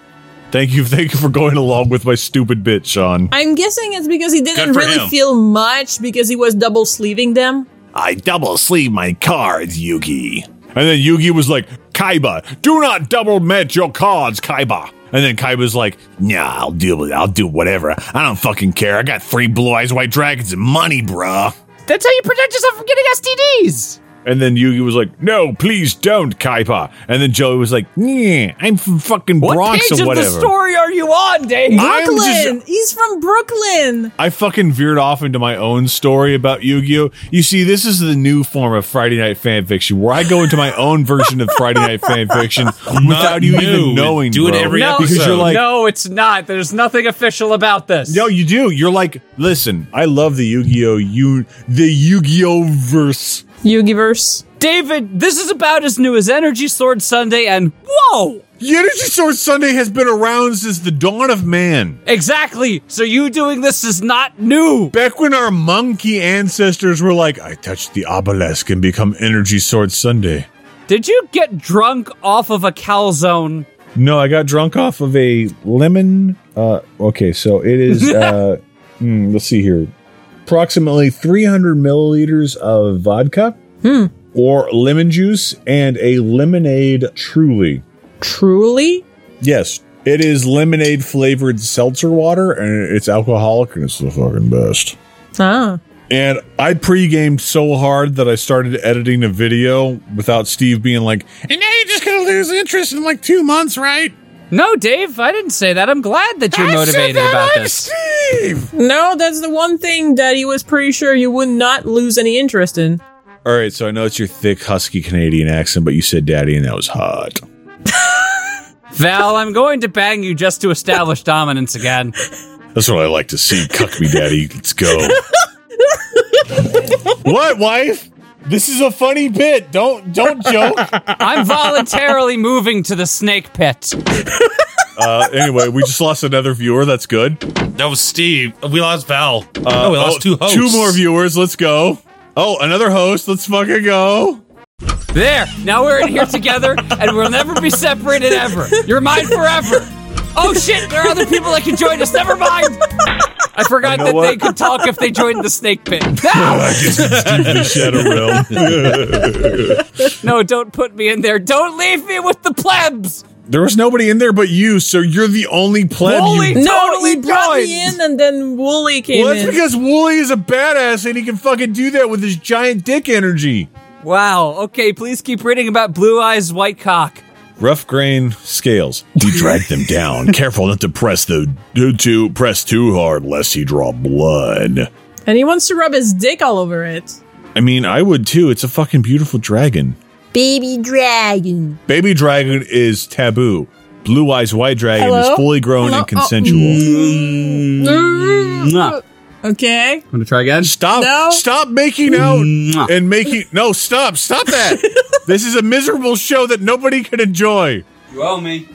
Thank you, thank you for going along with my stupid bit, Sean.
I'm guessing it's because he didn't
for
really
him.
feel much because he was double sleeving them.
I double sleeve my cards, Yugi.
And then Yugi was like, Kaiba, do not double mint your cards, Kaiba. And then Kaiba's like,
Nah, I'll deal with it. I'll do whatever. I don't fucking care. I got three blue eyes, white dragons, and money, bruh.
that's how you protect yourself from getting STDs.
and then Yugi was like, no, please don't, Kaiba. And then Joey was like, nah, I'm from fucking
What
Bronx
page
or
of the
whatever.
story are you on, Dave?
I'm
Brooklyn!
just-
He's from Brooklyn!
I fucking veered off into my own story about Yu-Gi-Oh. You see, this is the new form of Friday night fan fiction where I go into my own version of Friday night fan fiction without you even
new.
knowing.
Do it
bro.
every
because
episode.
you're like,
no, it's not. There's nothing official about this.
no, you do. You're like, listen, I love the Yu-Gi-Oh. You the Yu-Gi-Oh verse.
Yugiverse.
David, this is about as new as Energy Sword Sunday, and whoa!
The Energy Source Sunday has been around since the dawn of man.
Exactly. So you doing this is not new.
Back when our monkey ancestors were like, I touched the obelisk and become Energy Sword Sunday.
Did you get drunk off of a calzone?
No, I got drunk off of a lemon. Uh, okay, so it is. Uh, hmm, let's see here, approximately 300 milliliters of vodka or lemon juice and a lemonade. Truly,
Truly?
yes, it is lemonade flavored seltzer water, and it's alcoholic, and it's the fucking best.
Ah.
And I pre-gamed so hard that I started editing a video without Steve being like,
And now you're just gonna lose interest in like two months, right?
No, Dave, I didn't say that. I'm glad that you're motivated about this.
Steve!
No, that's the one thing that he was pretty sure you would not lose any interest in.
All right, so I know it's your thick, husky Canadian accent, but you said daddy, and that was hot.
Val, I'm going to bang you just to establish dominance again.
That's what I like to see. Cuck me, daddy. Let's go. what, wife? This is a funny bit. Don't don't joke.
I'm voluntarily moving to the snake pit.
Uh, anyway, we just lost another viewer. That's good.
That was Steve. We lost Val.
Uh,
no, we lost
oh,
two hosts.
Two more viewers. Let's go. Oh, another host. Let's fucking go.
There, now we're in here together, and we'll never be separated ever. You're mine forever. Oh shit, there are other people that can join us. Never mind. I forgot that they could talk if they joined the snake pit. Ah! No,
The Shadow Realm.
no, don't put me in there. Don't leave me with the plebs.
there was nobody in there but you, so you're the only pleb.
Holy
you-
No,
totally
he brought
joined.
me in and then Wooly came
well, that's
in.
because Wooly is a badass and he can fucking do that with his giant dick energy.
Wow. Okay, please keep reading about blue eyes, white cock.
Rough grain scales.
You drag them down. Careful not to press the too press too hard lest he draw blood.
and he wants to rub his dick all over it.
I mean, I would too. It's a fucking beautiful dragon.
Baby dragon.
Baby dragon is taboo. Blue eyes white dragon
Hello?
is fully grown
Hello? Oh,
and
mm.
consensual. Mm,
Okay.
I'm gonna try again.
Stop!
No.
Stop making out and making no. Stop! Stop that! this is a miserable show that nobody can enjoy.
You owe me.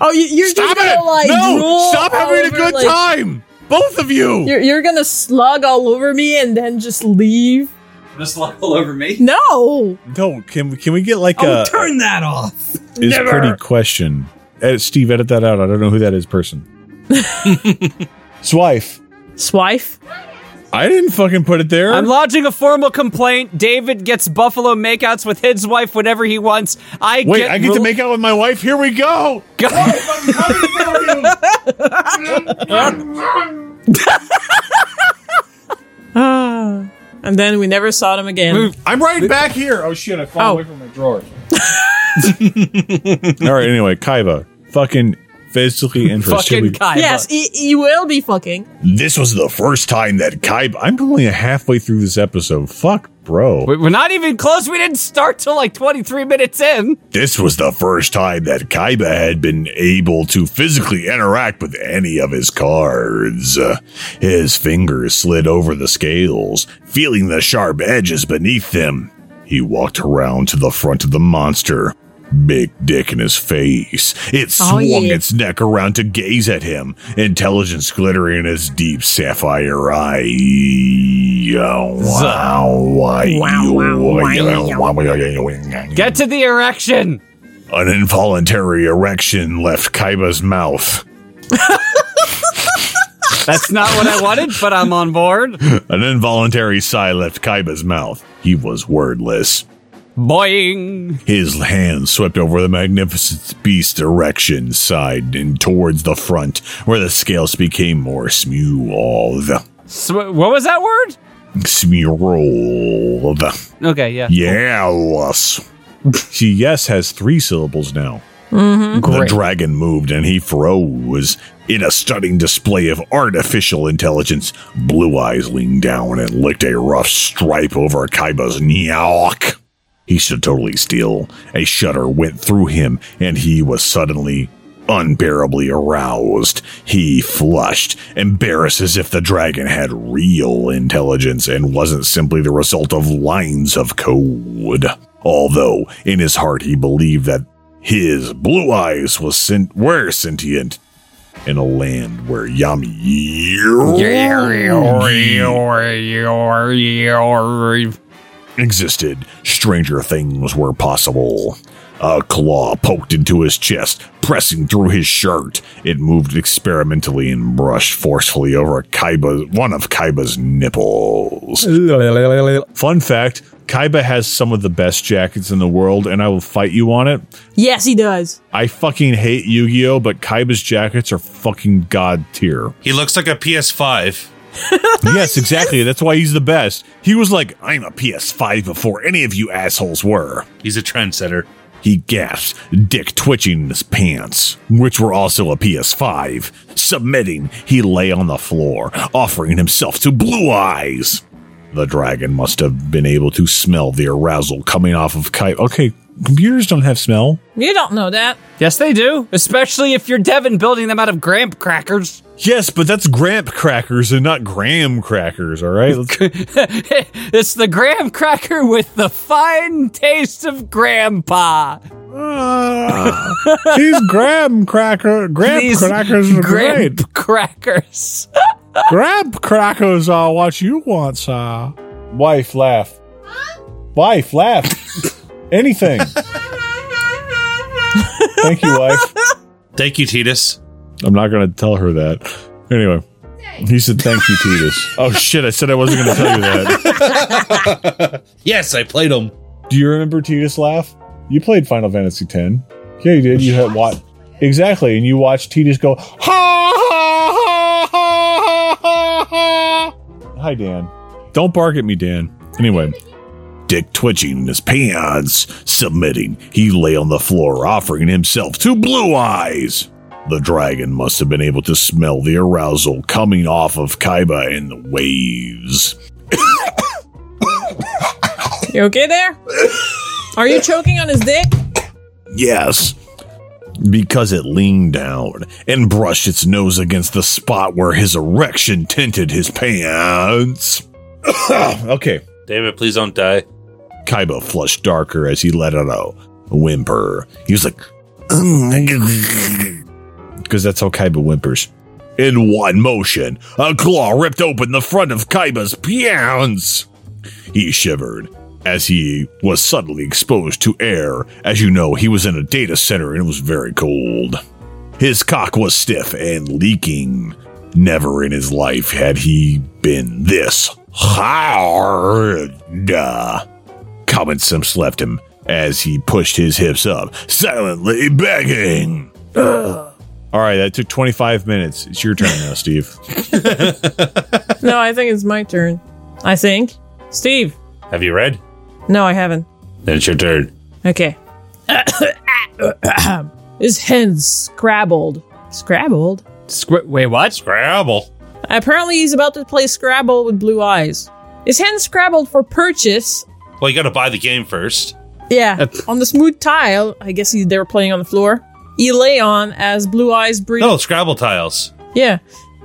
Oh, you, you're
Stop
just gonna
it!
like
no!
drool
Stop
all
having a
over,
good
like,
time, both of you.
You're, you're gonna slug all over me and then just leave?
Just all over me.
No!
No, can can we get like a
Turn that off.
is pretty question? Edit, Steve, edit that out. I don't know who that is. Person. Swife.
Swife?
I didn't fucking put it there.
I'm lodging a formal complaint. David gets buffalo makeouts with his wife whenever he wants. I
Wait,
get
I get to
rel-
make out with my wife. Here we go.
Ah. And then we never saw them again.
I'm right back here. Oh shit, I fall
Oh.
away from my drawers. All right, anyway, Kaiba, fucking physically interested.
Fucking Kaiba.
Yes, he, he will be fucking.
This was the first time that
Kaiba, I'm only halfway through this episode. Fuck, bro.
We're not even close. We didn't start till like 23 minutes in.
This was the first time that Kaiba had been able to physically interact with any of his cards. Uh, His fingers slid over the scales, feeling the sharp edges beneath them.
He walked around to the front of the monster, big dick in his face. It
Oh,
swung
yeah.
its neck around to gaze at him, intelligence glittering in its deep sapphire eye.
Get to the erection.
An involuntary erection left Kaiba's mouth.
That's not what I wanted, but I'm on board.
An involuntary sigh left Kaiba's mouth. He was wordless.
Boing.
His hand swept over the magnificent beast's erection side and towards the front, where the scales became more smooth.
Sw- what was that word?
Smooth.
Okay, yeah.
Yes. See, yes has three syllables now. The
Great.
dragon moved and he froze. In a stunning display of artificial intelligence, Blue Eyes leaned down and licked a rough stripe over Kaiba's nyawk. He stood totally still. A shudder went through him, and he was suddenly unbearably aroused. He flushed, embarrassed as if the dragon had real intelligence and wasn't simply the result of lines of code. Although, in his heart, he believed that his blue eyes was sent were sentient in a land where Yami existed, stranger things were possible. A claw poked into his chest, pressing through his shirt. It moved experimentally and brushed forcefully over Kaiba, one of Kaiba's nipples.
Fun fact Kaiba has some of the best jackets in the world, and I will fight you on it.
Yes, he does.
I fucking hate Yu Gi Oh!, but Kaiba's jackets are fucking god tier.
He looks like a PS5.
yes, exactly. That's why he's the best.
He was like, I'm a PS5 before any of you assholes were.
He's a trendsetter.
He gasped, dick twitching in his pants, which were also a PS5. Submitting, he lay on the floor, offering himself to Blue Eyes. The dragon must have been able to smell the arousal coming off of Kai. Okay, computers don't have smell.
You don't know that.
Yes, they do. Especially if you're Devin building them out of graham crackers.
Yes, but that's Gramp crackers and not Graham crackers, all right? Let's-
it's the graham cracker with the fine taste of grandpa.
Ah, these Graham cracker, Graham
These
crackers are
Graham
great.
crackers.
Graham crackers are what you uh. want, sir. Wife, laugh. Wife, laugh. Anything. Thank you, wife.
Thank you, Titus.
I'm not going to tell her that. Anyway, he said, Thank you, Titus. Oh, shit. I said I wasn't going to tell you that.
Yes, I played him.
Do you remember Titus laugh? You played Final Fantasy X. Yeah, you did. You had what? Exactly. And you watched Titus go, Ha ha ha ha ha ha. Hi, Dan. Don't bark at me, Dan. Anyway.
Dick twitching in his pants. Submitting, he lay on the floor, offering himself to Blue Eyes. The dragon must have been able to smell the arousal coming off of Kaiba in the waves.
You okay there? Are you choking on his dick?
Yes, because it leaned down and brushed its nose against the spot where his erection tinted his pants.
Okay.
David, please don't die.
Kaiba flushed darker as he let out a whimper. He was like, because that's how Kaiba whimpers. In one motion, a claw ripped open the front of Kaiba's pants. He shivered as he was suddenly exposed to air. As you know, he was in a data center and it was very cold. His cock was stiff and leaking. Never in his life had he been this hard. Common sense left him as he pushed his hips up, silently begging.
All right. That took 25 minutes. It's your turn now, Steve.
No, I think it's my turn. I think. Steve.
Have you read?
No, I haven't.
Then it's your turn.
Okay. His hands scrabbled. Scrabbled?
Squ- wait, what?
Scrabble.
Apparently, he's about to play Scrabble with blue eyes. His hands scrabbled for purchase.
Well, you gotta buy the game first.
Yeah, on the smooth tile. I guess he, they were playing on the floor. He lay on as blue eyes breathed.
No, Scrabble tiles.
Yeah,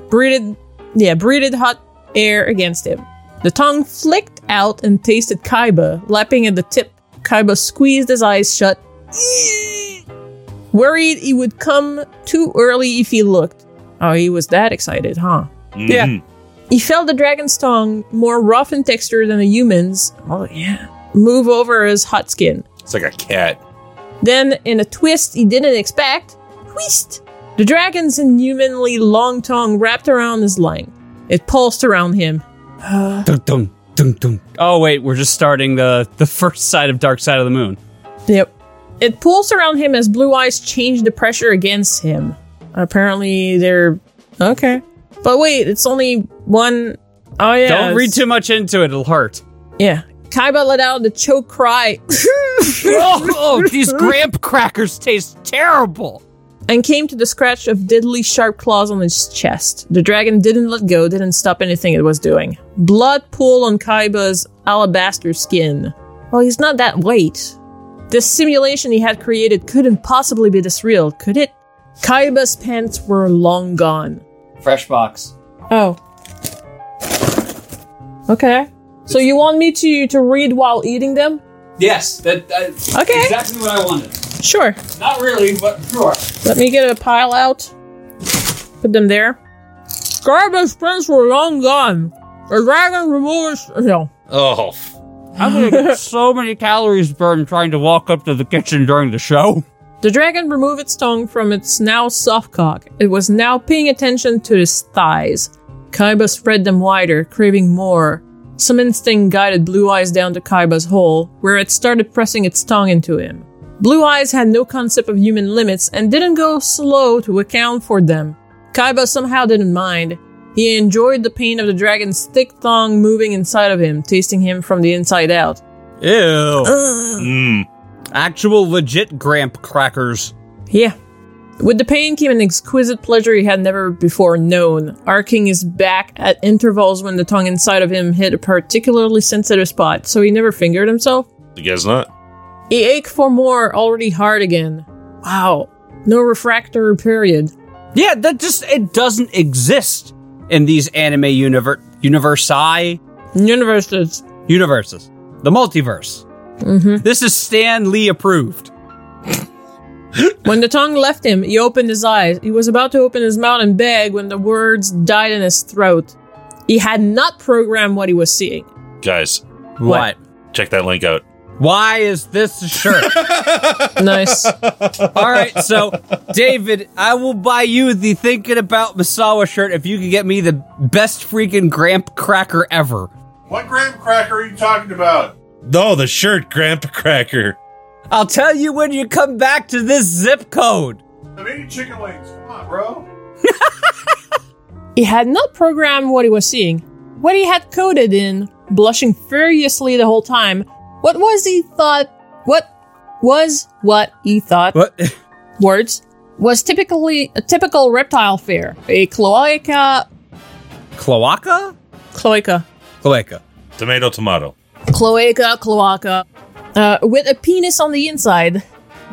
breathed. Yeah, breathed hot air against him. The tongue flicked out and tasted Kaiba, lapping at the tip. Kaiba squeezed his eyes shut, worried he would come too early if he looked. Oh, he was that excited, huh?
Yeah.
He felt the dragon's tongue, more rough in texture than a human's, oh yeah, move over his hot skin.
It's like a cat.
Then, in a twist he didn't expect, twist! The dragon's inhumanly long tongue wrapped around his line. It pulsed around him.
Dun, dun, dun, dun. Oh wait, we're just starting the the first side of Dark Side of the Moon.
Yep. It pulsed around him as blue eyes changed the pressure against him. Apparently, they're. Okay. But wait, it's only one. Oh, yeah.
Don't read
it's-
too much into it; it'll hurt.
Yeah. Kaiba let out the choke cry
Oh, oh, these graham crackers taste terrible.
and came to the scratch of deadly sharp claws on his chest. The dragon didn't let go, didn't stop anything it was doing. Blood pooled on Kaiba's alabaster skin. Well, he's not that white. This simulation he had created couldn't possibly be this real, could it? Kaiba's pants were long gone.
Fresh box.
Oh. Okay. So you want me to to read while eating them?
Yes, that, that's
Okay.
exactly what I wanted.
Sure.
Not really, but sure.
Let me get a pile out. Put them there. Garbage prints were long gone. The dragon removes. No.
Oh,
I'm gonna get so many calories burned trying to walk up to the kitchen during the show.
The dragon removed its tongue from its now soft cock. It was now paying attention to his thighs. Kaiba spread them wider, craving more. Some instinct guided Blue Eyes down to Kaiba's hole, where it started pressing its tongue into him. Blue Eyes had no concept of human limits and didn't go slow to account for them. Kaiba somehow didn't mind. He enjoyed the pain of the dragon's thick tongue moving inside of him, tasting him from the inside out.
Ew. Mm. Actual legit Gramp crackers.
Yeah. With the pain came an exquisite pleasure he had never before known, arcing his back at intervals when the tongue inside of him hit a particularly sensitive spot, so he never fingered himself.
I guess not.
He ached for more, already hard again. Wow. No refractory period.
Yeah, that just it doesn't exist in these anime universe universi
Universes.
universes. The multiverse. This is Stan Lee approved.
When the tongue left him, he opened his eyes. He was about to open his mouth and beg when the words died in his throat. He had not programmed what he was seeing.
Guys,
What?
check that link out.
Why is this a shirt?
Nice.
All right, so David, I will buy you the thinking about Misawa shirt if you can get me the best freaking Gramp cracker ever.
What graham cracker are you talking about?
No, Oh, the shirt, Grandpa Cracker.
I'll tell you when you come back to this zip code.
I'm eating chicken wings. Come on, bro.
He had not programmed what he was seeing. What he had coded in, blushing furiously the whole time. What was he thought? What was what he thought?
What?
Words was typically a typical reptile fare. A cloaca,
Cloaca?
cloaca,
Cloaca.
Tomato, tomato.
cloaca, cloaca, uh, with a penis on the inside.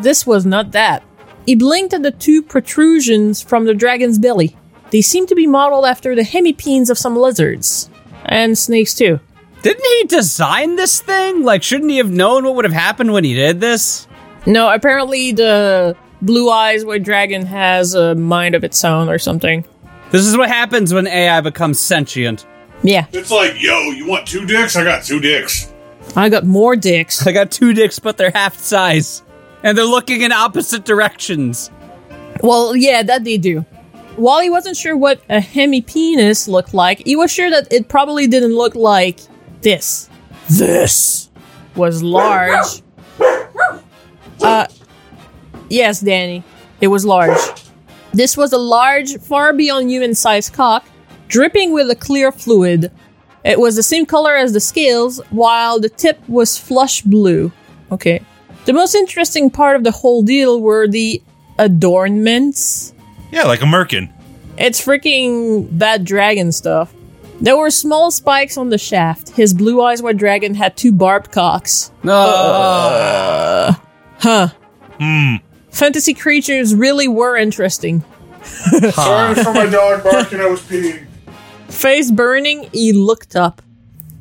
This was not that. He blinked at the two protrusions from the dragon's belly. They seemed to be modeled after the hemipenes of some lizards and snakes too.
Didn't he design this thing? Like, shouldn't he have known what would have happened when he did this?
No, apparently the blue eyes white dragon has a mind of its own or something.
This is what happens when AI becomes sentient.
Yeah,
It's like, yo, you want two dicks? I got two dicks.
I got more dicks.
I got two dicks, but they're half size. And they're looking in opposite directions.
Well, yeah, that they do. While he wasn't sure what a hemi penis looked like, he was sure that it probably didn't look like this. This was large. Uh, yes, Danny, it was large. This was a large, far beyond human sized cock, dripping with a clear fluid. It was the same color as the scales, while the tip was flush blue. Okay. The most interesting part of the whole deal were the adornments.
Yeah, like a merkin.
It's freaking bad dragon stuff. There were small spikes on the shaft. His blue eyes were dragon had two barbed cocks. Uh, Huh. Fantasy creatures really were interesting.
Sorry for my dog barking. I was peeing.
Face burning, he looked up.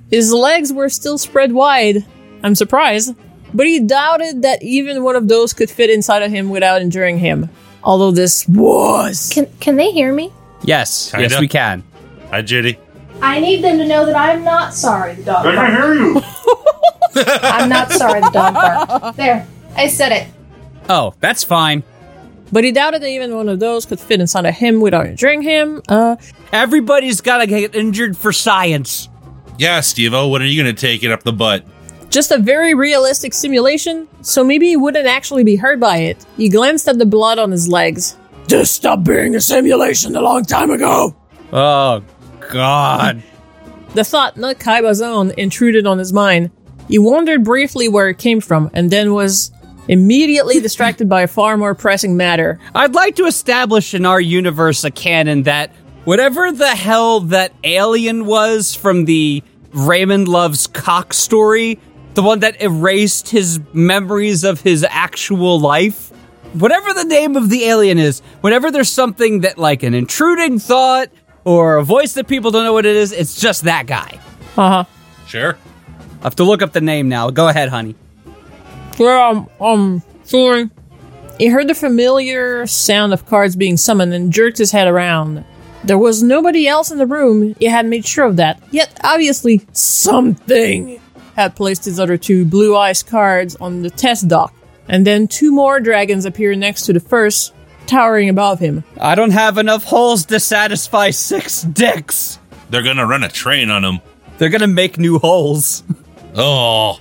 His legs were still spread wide. I'm surprised. But he doubted that even one of those could fit inside of him without injuring him. Although this was.
Can Can they hear me?
Yes,
Kinda.
yes, we can.
Hi, Judy.
I need them to know that I'm not sorry. The dog. barked.
hear
Uh,
you.
I'm not sorry. The dog barked. There. I said it.
Oh, that's fine.
But he doubted that even one of those could fit inside of him without injuring him. Uh,
Everybody's gotta get injured for science.
Yeah, Steve O, when are you going to take it up the butt?
just a very realistic simulation, so maybe he wouldn't actually be hurt by it. He glanced at the blood on his legs. Just stopped being a simulation a long time ago!
Oh God.
The thought, not Kaiba's own, intruded on his mind. He wondered briefly where it came from, and then was immediately distracted by a far more pressing matter.
I'd like to establish in our universe a canon that whatever the hell that alien was from the Raymond Loves Cock story, the one that erased his memories of his actual life, whatever the name of the alien is, whenever there's something that like an intruding thought or a voice that people don't know what it is, it's just that guy.
Uh huh.
Sure.
I have to look up the name now. Go ahead, honey.
Yeah, um, um, sorry. He heard the familiar sound of cards being summoned and jerked his head around. There was nobody else in the room. He had made sure of that. Yet, obviously, something had placed his other two blue eyes cards on the test dock. And then two more dragons appeared next to the first, towering above him.
I don't have enough holes to satisfy six dicks.
They're going to run a train on him.
They're gonna make new holes.
Oh,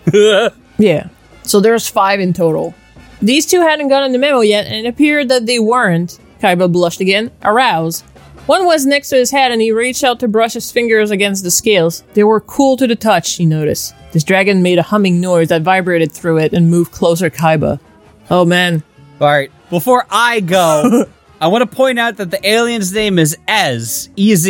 Yeah. So there's five in total. These two hadn't gotten the memo yet, and it appeared that they weren't. Kaiba blushed again, aroused. One was next to his head, and he reached out to brush his fingers against the scales. They were cool to the touch, he noticed. This dragon made a humming noise that vibrated through it and moved closer to Kaiba. Oh man.
All right. Before I go, I want to point out that the alien's name is Ez, E EZ.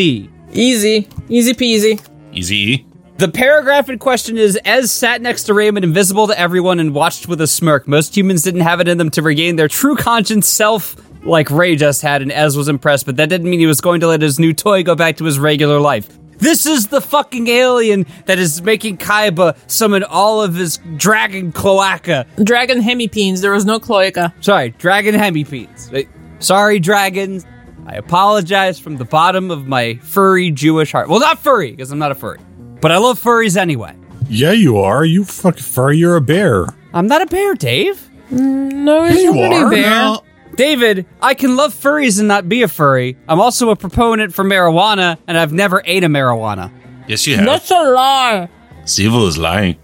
Easy. Easy peasy.
easy.
The paragraph in question is Ez sat next to Raymond, invisible to everyone, and watched with a smirk. Most humans didn't have it in them to regain their true conscience self like Ray just had, and Ez was impressed, but that didn't mean he was going to let his new toy go back to his regular life. This is the fucking alien that is making Kaiba summon all of his dragon cloaca.
Dragon hemipenes, there was no cloaca.
Sorry, Dragon Hemipedes. Wait, Sorry, dragons. I apologize from the bottom of my furry Jewish heart. Well, not furry, because I'm not a furry. But I love furries anyway.
Yeah, you are. You fucking furry. You're a bear.
I'm not a bear, Dave.
No, it's
You
not a
are.
bear.
No.
David, I can love furries and not be a furry. I'm also a proponent for marijuana, and I've never ate a marijuana.
Yes, you have.
That's a lie.
Steve O is lying.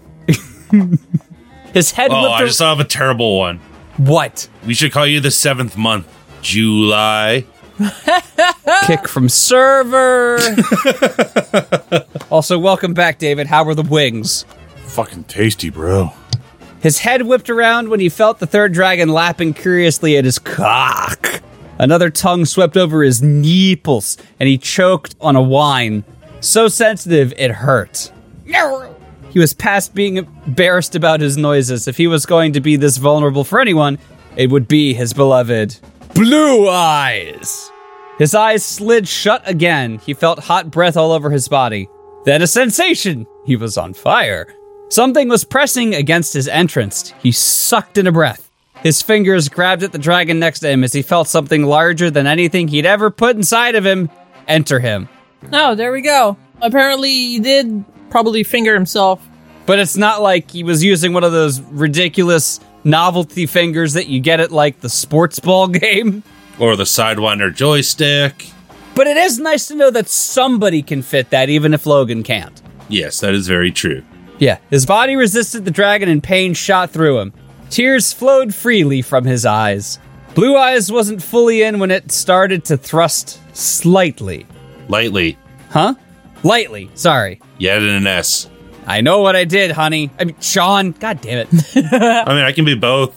His head
Oh,
whipped.
I
ar-
just saw a terrible one.
what?
We should call you the seventh month, July.
Kick from server. also, welcome back, David. How are the wings?
Fucking tasty, bro.
His head whipped around when he felt the third dragon lapping curiously at his cock. Another tongue swept over his nipples, and he choked on a whine. So sensitive, it hurt. He was past being embarrassed about his noises. If he was going to be this vulnerable for anyone, it would be his beloved Blue Eyes. His eyes slid shut again. He felt hot breath all over his body. Then a sensation. He was on fire. Something was pressing against his entrance. He sucked in a breath. His fingers grabbed at the dragon next to him as he felt something larger than anything he'd ever put inside of him enter him.
No, Oh, there we go. Apparently he did probably finger himself
But it's not like he was using one of those ridiculous novelty fingers that you get at like the sports ball game.
Or the Sidewinder joystick.
But it is nice to know that somebody can fit that, even if Logan can't.
Yes, that is very true.
Yeah, his body resisted the dragon and pain shot through him. Tears flowed freely from his eyes. Blue Eyes wasn't fully in when it started to thrust slightly.
Lightly.
Huh? Lightly, sorry.
Yet in an S.
I know what I did, honey. I mean, Sean, god damn it.
I mean, I can be both.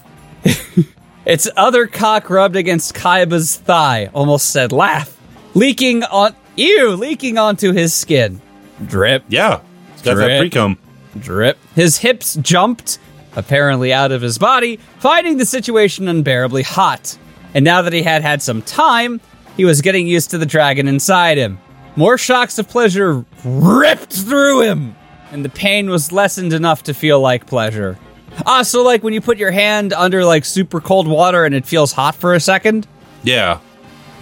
its other cock rubbed against Kaiba's thigh, almost said laugh, leaking on. Ew, leaking onto his skin. Drip,
Yeah. It's got that
Correct.
precum.
drip. His hips jumped, apparently out of his body, finding the situation unbearably hot. And now that he had had some time, he was getting used to the dragon inside him. More shocks of pleasure ripped through him. and the pain was lessened enough to feel like pleasure. Ah, so like when you put your hand under like super cold water and it feels hot for a second?
Yeah.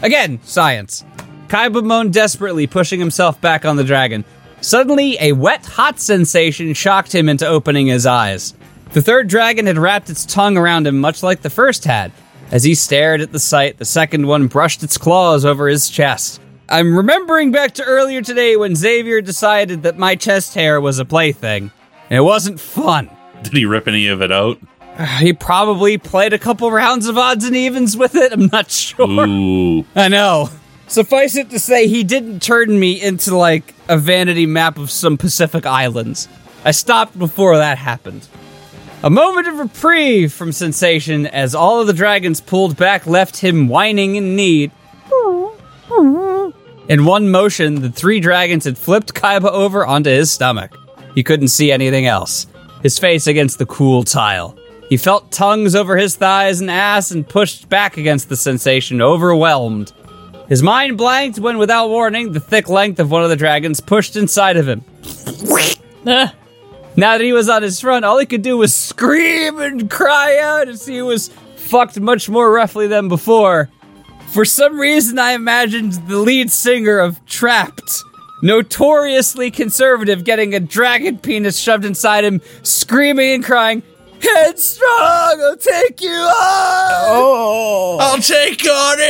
Again, science. Kai bemoaned desperately, pushing himself back on the dragon. Suddenly, a wet, hot sensation shocked him into opening his eyes. The third dragon had wrapped its tongue around him, much like the first had. As he stared at the sight, the second one brushed its claws over his chest. I'm remembering back to earlier today when Xavier decided that my chest hair was a plaything. And it wasn't fun.
Did he rip any of it out?
He probably played a couple rounds of odds and evens with it, I'm not sure.
Ooh.
I know. Suffice it to say, he didn't turn me into like a vanity map of some Pacific islands. I stopped before that happened. A moment of reprieve from sensation as all of the dragons pulled back left him whining in need. In one motion, the three dragons had flipped Kaiba over onto his stomach. He couldn't see anything else, his face against the cool tile. He felt tongues over his thighs and ass and pushed back against the sensation, overwhelmed. His mind blanked when, without warning, the thick length of one of the dragons pushed inside of him.
Ah,
Now that he was on his front, all he could do was scream and cry out as he was fucked much more roughly than before. For some reason, I imagined the lead singer of Trapped, notoriously conservative, getting a dragon penis shoved inside him, screaming and crying, Headstrong, I'll take you on!
I'll take on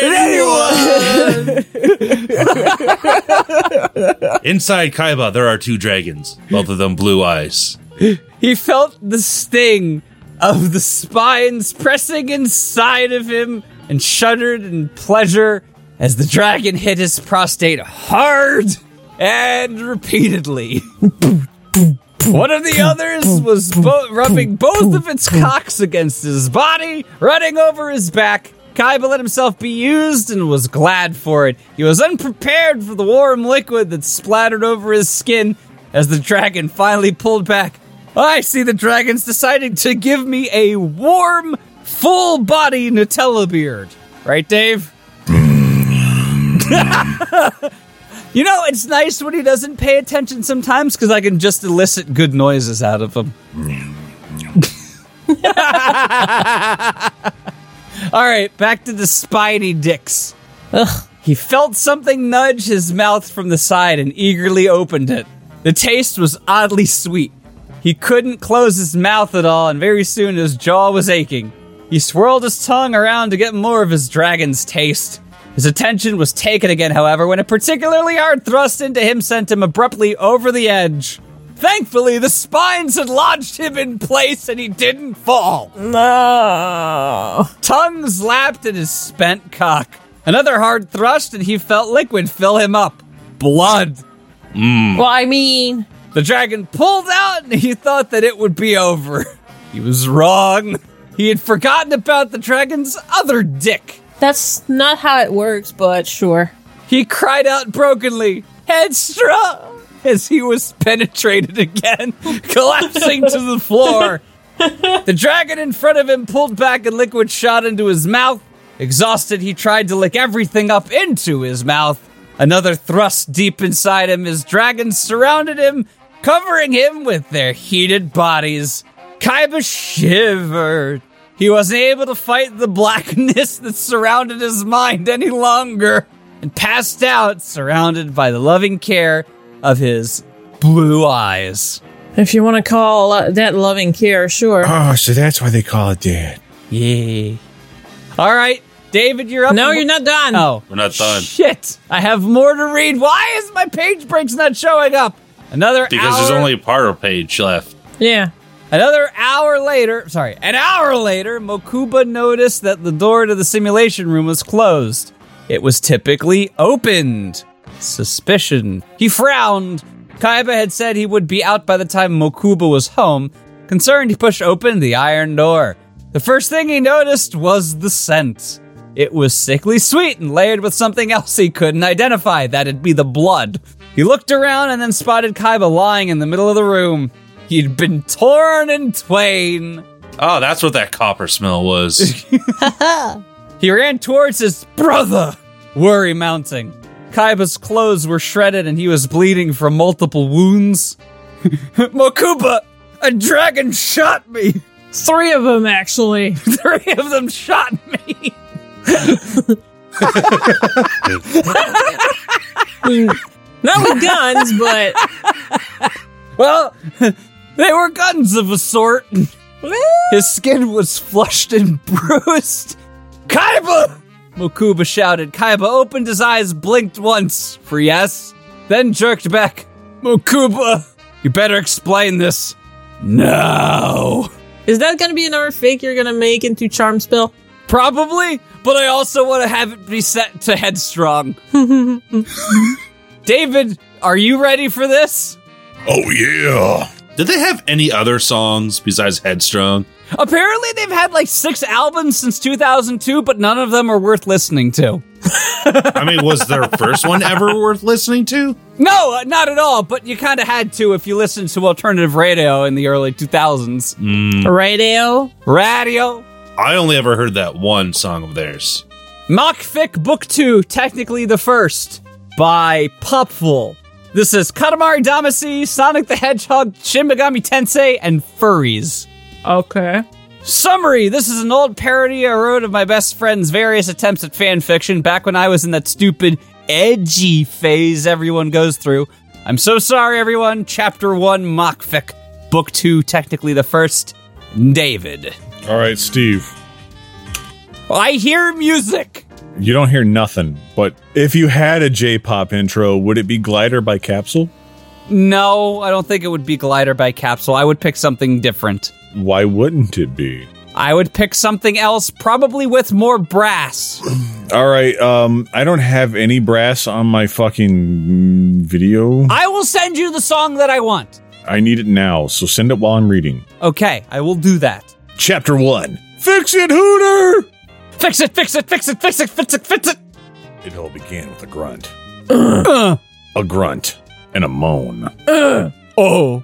anyone! Inside Kaiba, there are two dragons, both of them blue eyes.
He felt the sting of the spines pressing inside of him and shuddered in pleasure as the dragon hit his prostate hard and repeatedly. One of the others was bo- rubbing both of its cocks against his body, running over his back. Kaiba let himself be used and was glad for it. He was unprepared for the warm liquid that splattered over his skin as the dragon finally pulled back. I see the dragon's deciding to give me a warm, full body Nutella beard. Right, Dave? You know, it's nice when he doesn't pay attention sometimes because I can just elicit good noises out of him. All right, back to the spiny dicks. Ugh. He felt something nudge his mouth from the side and eagerly opened it. The taste was oddly sweet. He couldn't close his mouth at all, and very soon his jaw was aching. He swirled his tongue around to get more of his dragon's taste. His attention was taken again, however, when a particularly hard thrust into him sent him abruptly over the edge. Thankfully, the spines had lodged him in place and he didn't fall.
no.
Tongues lapped in his spent cock. Another hard thrust, and he felt liquid fill him up. Blood.
Well, I mean,
The dragon pulled out and he thought that it would be over. He was wrong. He had forgotten about the dragon's other dick.
that's not how it works, but sure.
He cried out brokenly, Headstrong! as he was penetrated again, collapsing to the floor. The dragon in front of him pulled back and liquid shot into his mouth. Exhausted, he tried to lick everything up into his mouth. Another thrust deep inside him as dragons surrounded him, covering him with their heated bodies. Kaiba shivered. He wasn't able to fight the blackness that surrounded his mind any longer and passed out, surrounded by the loving care of his blue eyes.
If you want to call uh, that loving care, sure.
Uh,
Oh, so that's why they call it dad.
Yeah. All right, David, you're up.
no, you're not done.
Oh,
We're not done.
Shit! I have more to read. Why is my page breaks not showing up? Another
Because there's
hour-
only a part of page left.
Yeah.
Another hour later, sorry, an hour later, Mokuba noticed that the door to the simulation room was closed. It was typically opened. Suspicion. He frowned. Kaiba had said he would be out by the time Mokuba was home. Concerned, he pushed open the iron door. The first thing he noticed was the scent. It was sickly sweet and layered with something else he couldn't identify. That'd be the blood. He looked around and then spotted Kaiba lying in the middle of the room. He'd been torn in twain.
Oh, that's what that copper smell was.
He ran towards his brother, worry mounting. Kaiba's clothes were shredded and he was bleeding from multiple wounds. Mokuba, a dragon shot me.
Three of them, actually.
Three of them shot me.
Not with guns, but
Well, they were guns of a sort. His skin was flushed and bruised. Kaiba! Mokuba shouted. Kaiba opened his eyes, blinked once for yes, then jerked back. Mokuba, you better explain this. No.
is that going to be another fake you're going to make into charm spell?
Probably, but I also want to have it be set to headstrong. David, are you ready for this?
Oh, yeah.
Did they have any other songs besides Headstrong?
Apparently, they've had like six albums since 2002, but none of them are worth listening to.
I mean, was their first one ever worth listening to?
No, uh, not at all, but you kind of had to if you listened to alternative radio in the early 2000s.
Radio.
Radio.
I only ever heard that one song of theirs.
Mockfic Book 2, technically the first, by Pupful. This is Katamari Damacy, Sonic the Hedgehog, Shin Megami Tensei, and Furries.
Okay.
Summary This is an old parody I wrote of my best friend's various attempts at fan fiction back when I was in that stupid edgy phase everyone goes through. I'm so sorry, everyone. Chapter 1 Mockfic. Book 2, technically the first. David.
All right, Steve.
I hear music.
You don't hear nothing, but if you had a J-pop intro, would it be Glider by Capsule?
No, I don't think it would be Glider by Capsule. I would pick something different.
Why wouldn't it be?
I would pick something else, probably with more brass.
All right, um I don't have any brass on my fucking video.
I will send you the song that I want.
I need it now, so send it while I'm reading.
Okay, I will do that.
Chapter 1 Fix It Hooter!
Fix it, fix it, fix it, fix it, fix it, fix it. Uh,
It all began with a grunt. a grunt and a moan.
Oh.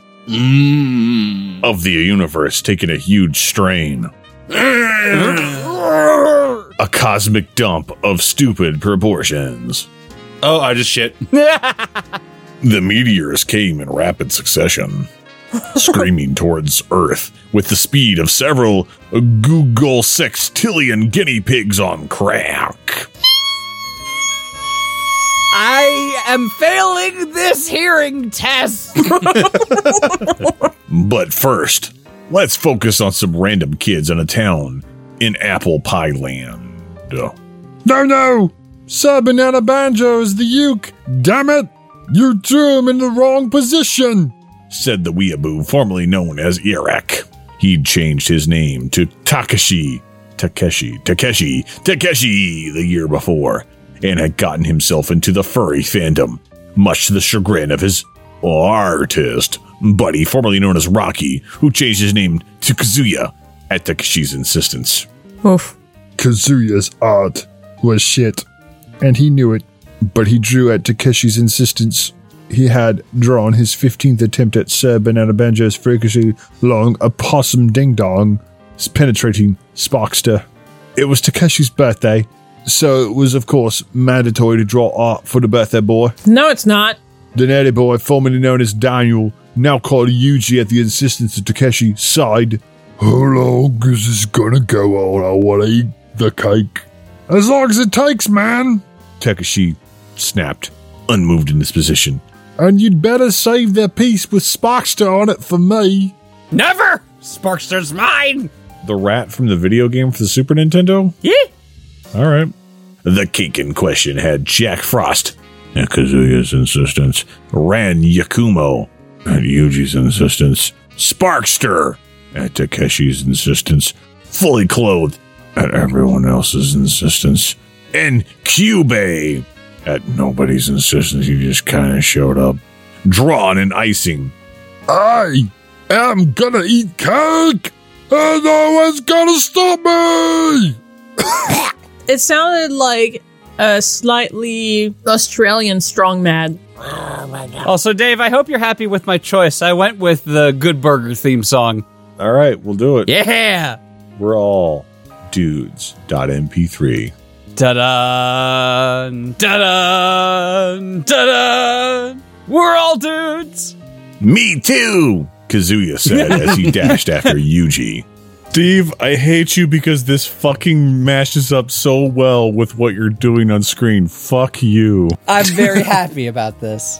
Of the universe taking a huge strain. a cosmic dump of stupid proportions.
Oh, I just shit.
The meteors came in rapid succession, screaming towards Earth with the speed of several Google sextillion guinea pigs on crack.
I am failing this hearing test.
But first, let's focus on some random kids in a town in Apple Pie Land.
No, no. Sir Banana Banjo is the uke. Damn it. You drew him in the wrong position.
Said the weeaboo formerly known as Iraq. He'd changed his name to Takashi, Takeshi, Takeshi, Takeshi the year before, and had gotten himself into the furry fandom, much to the chagrin of his artist buddy, formerly known as Rocky, who changed his name to Kazuya at Takeshi's insistence.
Oof.
Kazuya's art was shit, and he knew it, but he drew at Takeshi's insistence. He had drawn his 15th attempt at Sir Banana Banjo's freakishly long opossum ding dong, penetrating Sparkster. It was Takeshi's birthday, so it was, of course, mandatory to draw art for the birthday boy.
No, it's not.
The nerdy boy, formerly known as Daniel, now called Yuji at the insistence of Takeshi, sighed. How long is this gonna go on? I wanna eat the cake. As long as it takes, man.
Takashi snapped, unmoved in his position.
And you'd better save that piece with Sparkster on it for me.
Never. Sparkster's mine.
The rat from the video game for the Super Nintendo?
Yeah.
All right.
The cake in question had Jack Frost, at Kazuya's insistence, Ran Yakumo, at Yuji's insistence, Sparkster, at Takeshi's insistence, fully clothed, at everyone else's insistence, and Kyubei, at nobody's insistence. He just kind of showed up, drawn in icing.
I am gonna eat cake, and no one's gonna stop me.
It sounded like a slightly Australian strong man.
Also, Dave, I hope you're happy with my choice. I went with the Good Burger theme song.
All right, we'll do it.
Yeah.
We're all
Dudes.mp3.
Da da da da da. We're all dudes.
Me too, Kazuya said as he dashed after Yuji.
Steve, I hate you because this fucking mashes up so well with what you're doing on screen. Fuck you.
I'm very happy about this.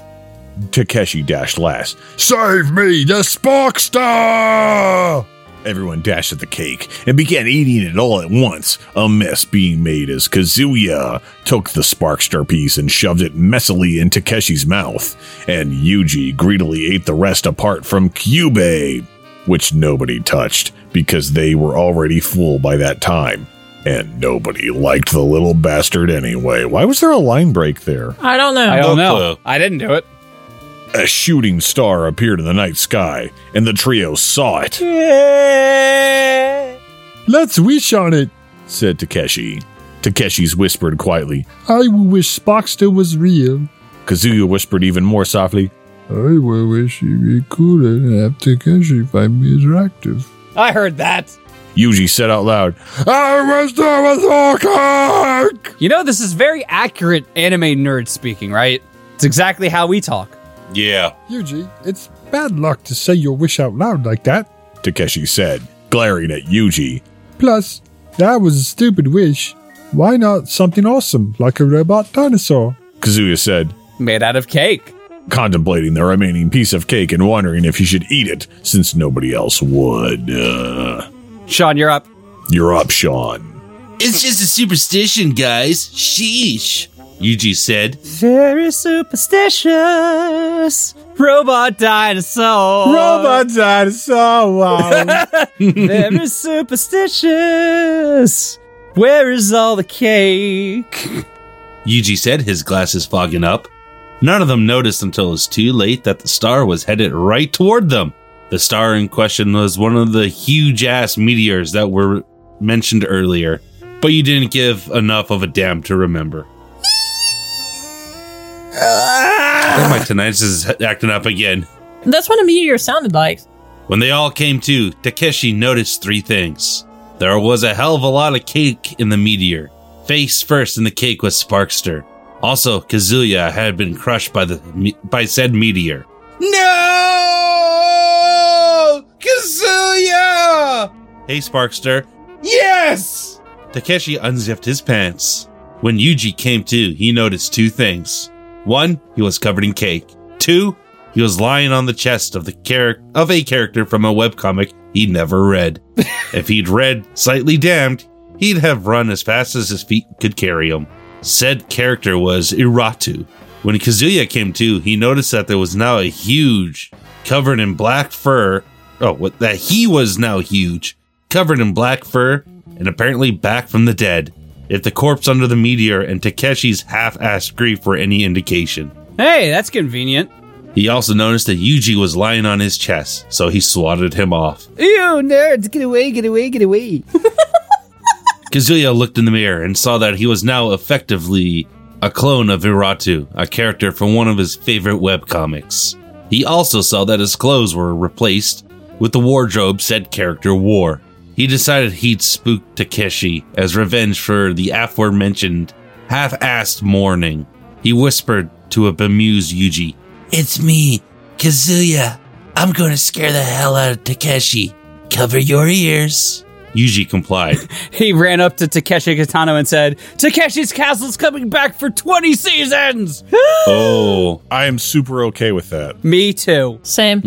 Takeshi dashed last. Save me, the Sparkstar! Everyone dashed at the cake and began eating it all at once, a mess being made as Kazuya took the Sparkstar piece and shoved it messily in Takeshi's mouth, and Yuji greedily ate the rest apart from Kyubei, which nobody touched because they were already full by that time. And nobody liked the little bastard anyway. Why was there a line break there?
I don't know.
I don't
No
know.
clue.
I didn't do it.
A shooting star appeared in the night sky, and the trio saw it,
Let's wish on it.
said Takeshi. Takeshi's whispered quietly.
I will wish Spockster was real.
Kazuya whispered even more softly.
I will wish he'd be cooler and have Takeshi find me attractive.
I heard that.
Yuji said out loud,
I wish there was more cake!
You know, this is very accurate anime nerd speaking, right? It's exactly how we talk.
Yeah.
Yuji, it's bad luck to say your wish out loud like that.
Takeshi said, glaring at Yuji.
Plus, that was a stupid wish. Why not something awesome, like a robot dinosaur?
Kazuya said,
Made out of cake.
contemplating the remaining piece of cake and wondering if he should eat it, since nobody else would. Uh,
Sean, you're up.
you're up, Sean.
It's just a superstition, guys. Sheesh. Yuji said.
Very superstitious. Robot dinosaur.
dinosaur.
Very superstitious. Where is all the cake?
Yuji said, his glasses fogging up. None of them noticed until it was too late that the star was headed right toward them. The star in question was one of the huge ass meteors that were mentioned earlier, but you didn't give enough of a damn to remember. Oh, my tinnitus is acting up again.
That's what a meteor sounded like.
When they all came to, Takeshi noticed three things. There was a hell of a lot of cake in the meteor. Face first in the cake was Sparkster. Also, Kazuya had been crushed by the me- by said meteor. No, Kazuya! Hey, Sparkster. Yes. Takeshi unzipped his pants. When Yuji came to, he noticed two things. One, he was covered in cake. Two, he was lying on the chest of the char- of a character from a webcomic he never read. if he'd read Slightly Damned, he'd have run as fast as his feet could carry him. Said character was Iratu. When Kazuya came to, he noticed that there was now a huge, covered in black fur. Oh, what, that he was now huge, covered in black fur, and apparently back from the dead. If the corpse under the meteor and Takeshi's half-assed grief were any indication.
Hey, that's convenient.
He also noticed that Yuji was lying on his chest, so he swatted him off.
Ew, nerds, get away, get away, get away.
Kazuya looked in the mirror and saw that he was now effectively a clone of Iratu, a character from one of his favorite webcomics. He also saw that his clothes were replaced with the wardrobe said character wore. He decided he'd spook Takeshi as revenge for the aforementioned half-assed mourning. He whispered to a bemused Yuji, It's me, Kazuya. I'm going to scare the hell out of Takeshi. Cover your ears. Yuji complied.
He ran up to Takeshi Kitano and said, Takeshi's castle's coming back for 20 seasons!
Oh.
I am super okay with that.
Me too.
Same.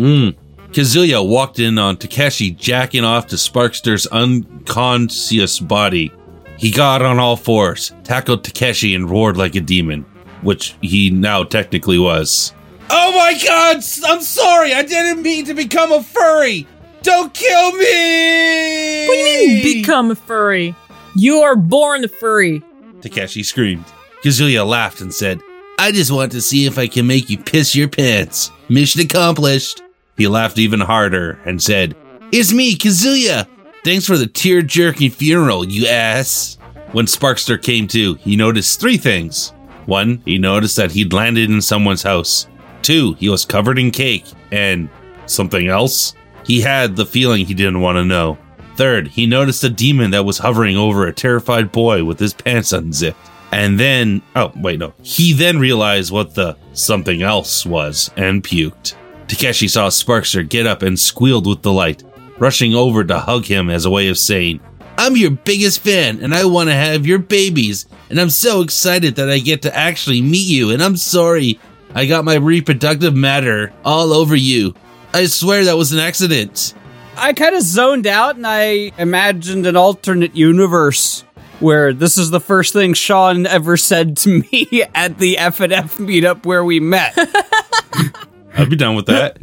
Kazuya walked in on Takeshi jacking off to Sparkster's unconscious body. He got on all fours, tackled Takeshi, and roared like a demon, which he now technically was. Oh my god, I'm sorry, I didn't mean to become a furry! Don't kill me!
What do you mean become a furry? You are born a furry.
Takeshi screamed. Kazuya laughed and said, I just want to see if I can make you piss your pants. Mission accomplished. He laughed even harder and said, It's me, Kazuya. Thanks for the tear jerking funeral, you ass. When Sparkster came to, he noticed three things. One, he noticed that he'd landed in someone's house. Two, he was covered in cake. And something else? He had the feeling he didn't want to know. Third, he noticed a demon that was hovering over a terrified boy with his pants unzipped. And then, oh, wait, no. He then realized what the something else was and puked. Takeshi saw Sparkster get up and squealed with delight, rushing over to hug him as a way of saying, I'm your biggest fan and I want to have your babies. And I'm so excited that I get to actually meet you. And I'm sorry I got my reproductive matter all over you. I swear that was an accident.
I kind of zoned out and I imagined an alternate universe where this is the first thing Sean ever said to me at the F and F meetup where we met.
I'd be done with that.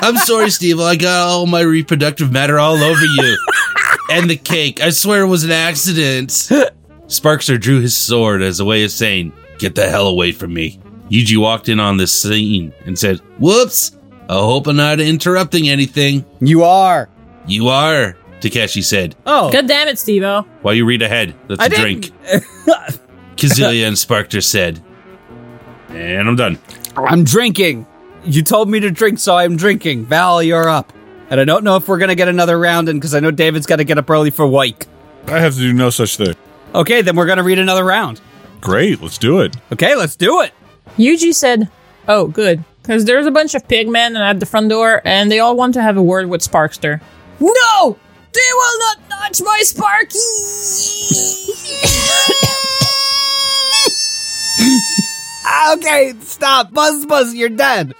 I'm sorry, Steve. I got all my reproductive matter all over you. and the cake. I swear it was an accident. Sparkster drew his sword as a way of saying, Get the hell away from me. Yuji walked in on this scene and said, Whoops. I hope I'm not interrupting anything.
you are.
You are, Takeshi said.
Oh,
God damn it, Stevo.
While you read ahead, let's
I
drink.
didn't.
Kazilia and Sparkster said. And I'm done.
I'm drinking. You told me to drink, so I'm drinking. Val, you're up. And I don't know if we're gonna get another round in because I know David's got to get up early for Wyke.
I have to do no such thing.
Okay, then we're gonna read another round.
Great, let's do it.
Okay, let's do it.
Yuji said, Oh, good. Because there's a bunch of pigmen at the front door, and they all want to have a word with Sparkster. No! They will not touch my Sparky!
Okay, stop, Buzz, Buzz, you're dead.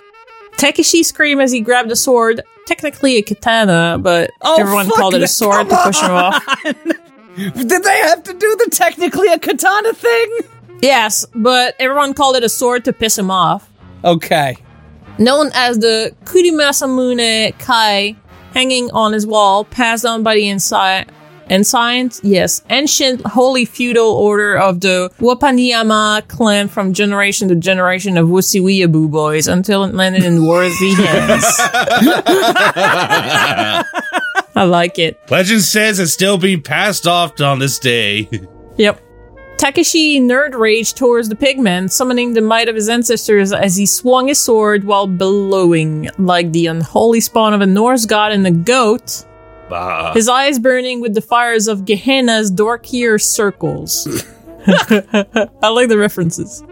Takeshi screamed as he grabbed a sword, technically a katana, but
Oh,
everyone
fuck
called it
no,
a sword to push him off.
Did they have to do the technically a katana thing?
Yes, but everyone called it a sword to piss him off.
Okay.
Known as the Kurimasamune Kai, hanging on his wall, passed on by the inside. Ensigns, yes, ancient holy feudal order of the Wapaniyama clan from generation to generation of Wusiwiyabu boys until it landed in worthy hands. I like it.
Legend says it's still being passed off on this day.
Yep. Takeshi nerd rage towards the pigmen, summoning the might of his ancestors as he swung his sword while billowing like the unholy spawn of a Norse god and a goat,
Bah.
his eyes burning with the fires of Gehenna's dorkier circles. I like the references.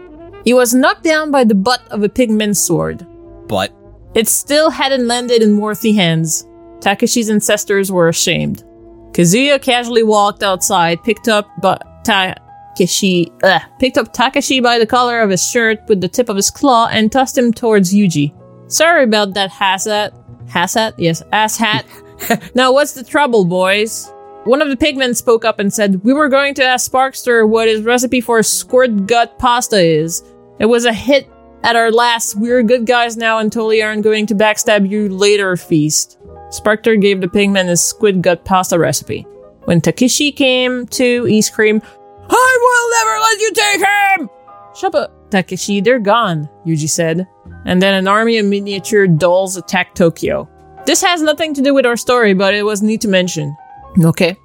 He was knocked down by the butt of a pigman's sword.
But
It still hadn't landed in worthy hands. Takeshi's ancestors were ashamed. Kazuya casually walked outside, picked up but Takeshi, ugh, picked up Takeshi by the collar of his shirt with the tip of his claw and tossed him towards Yuji. Sorry about that, Hassat. Hassat? Yes, ass hat. now what's the trouble, boys? One of the pigmen spoke up and said, We were going to ask Sparkster what his recipe for squirt gut pasta is. It was a hit at our last We're Good Guys Now and Totally Aren't Going to Backstab You Later feast. Sparkter gave the pigman his squid gut pasta recipe. When Takeshi came to, he screamed, I will never let you take him! Shut up, Takeshi, they're gone, Yuji said. And then an army of miniature dolls attacked Tokyo. This has nothing to do with our story, but it was neat to mention. Okay.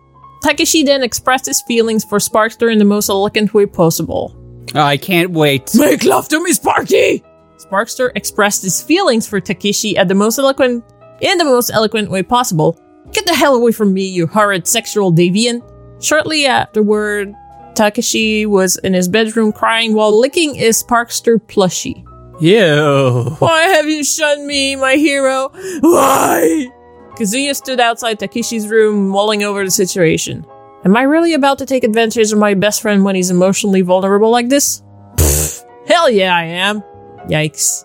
Takeshi then expressed his feelings for Sparkster in the most elegant way possible.
Oh, I can't wait.
Make love to me, Sparky! Sparkster expressed his feelings for Takeshi at the most eloquent in the most eloquent way possible. Get the hell away from me, you horrid sexual deviant. Shortly afterward, Takeshi was in his bedroom crying while licking his Sparkster plushie.
Ew.
Why have you shunned me, my hero? Why? Kazuya stood outside Takeshi's room, mulling over the situation. Am I really about to take advantage of my best friend when he's emotionally vulnerable like this? Pfft, hell yeah, I am. Yikes.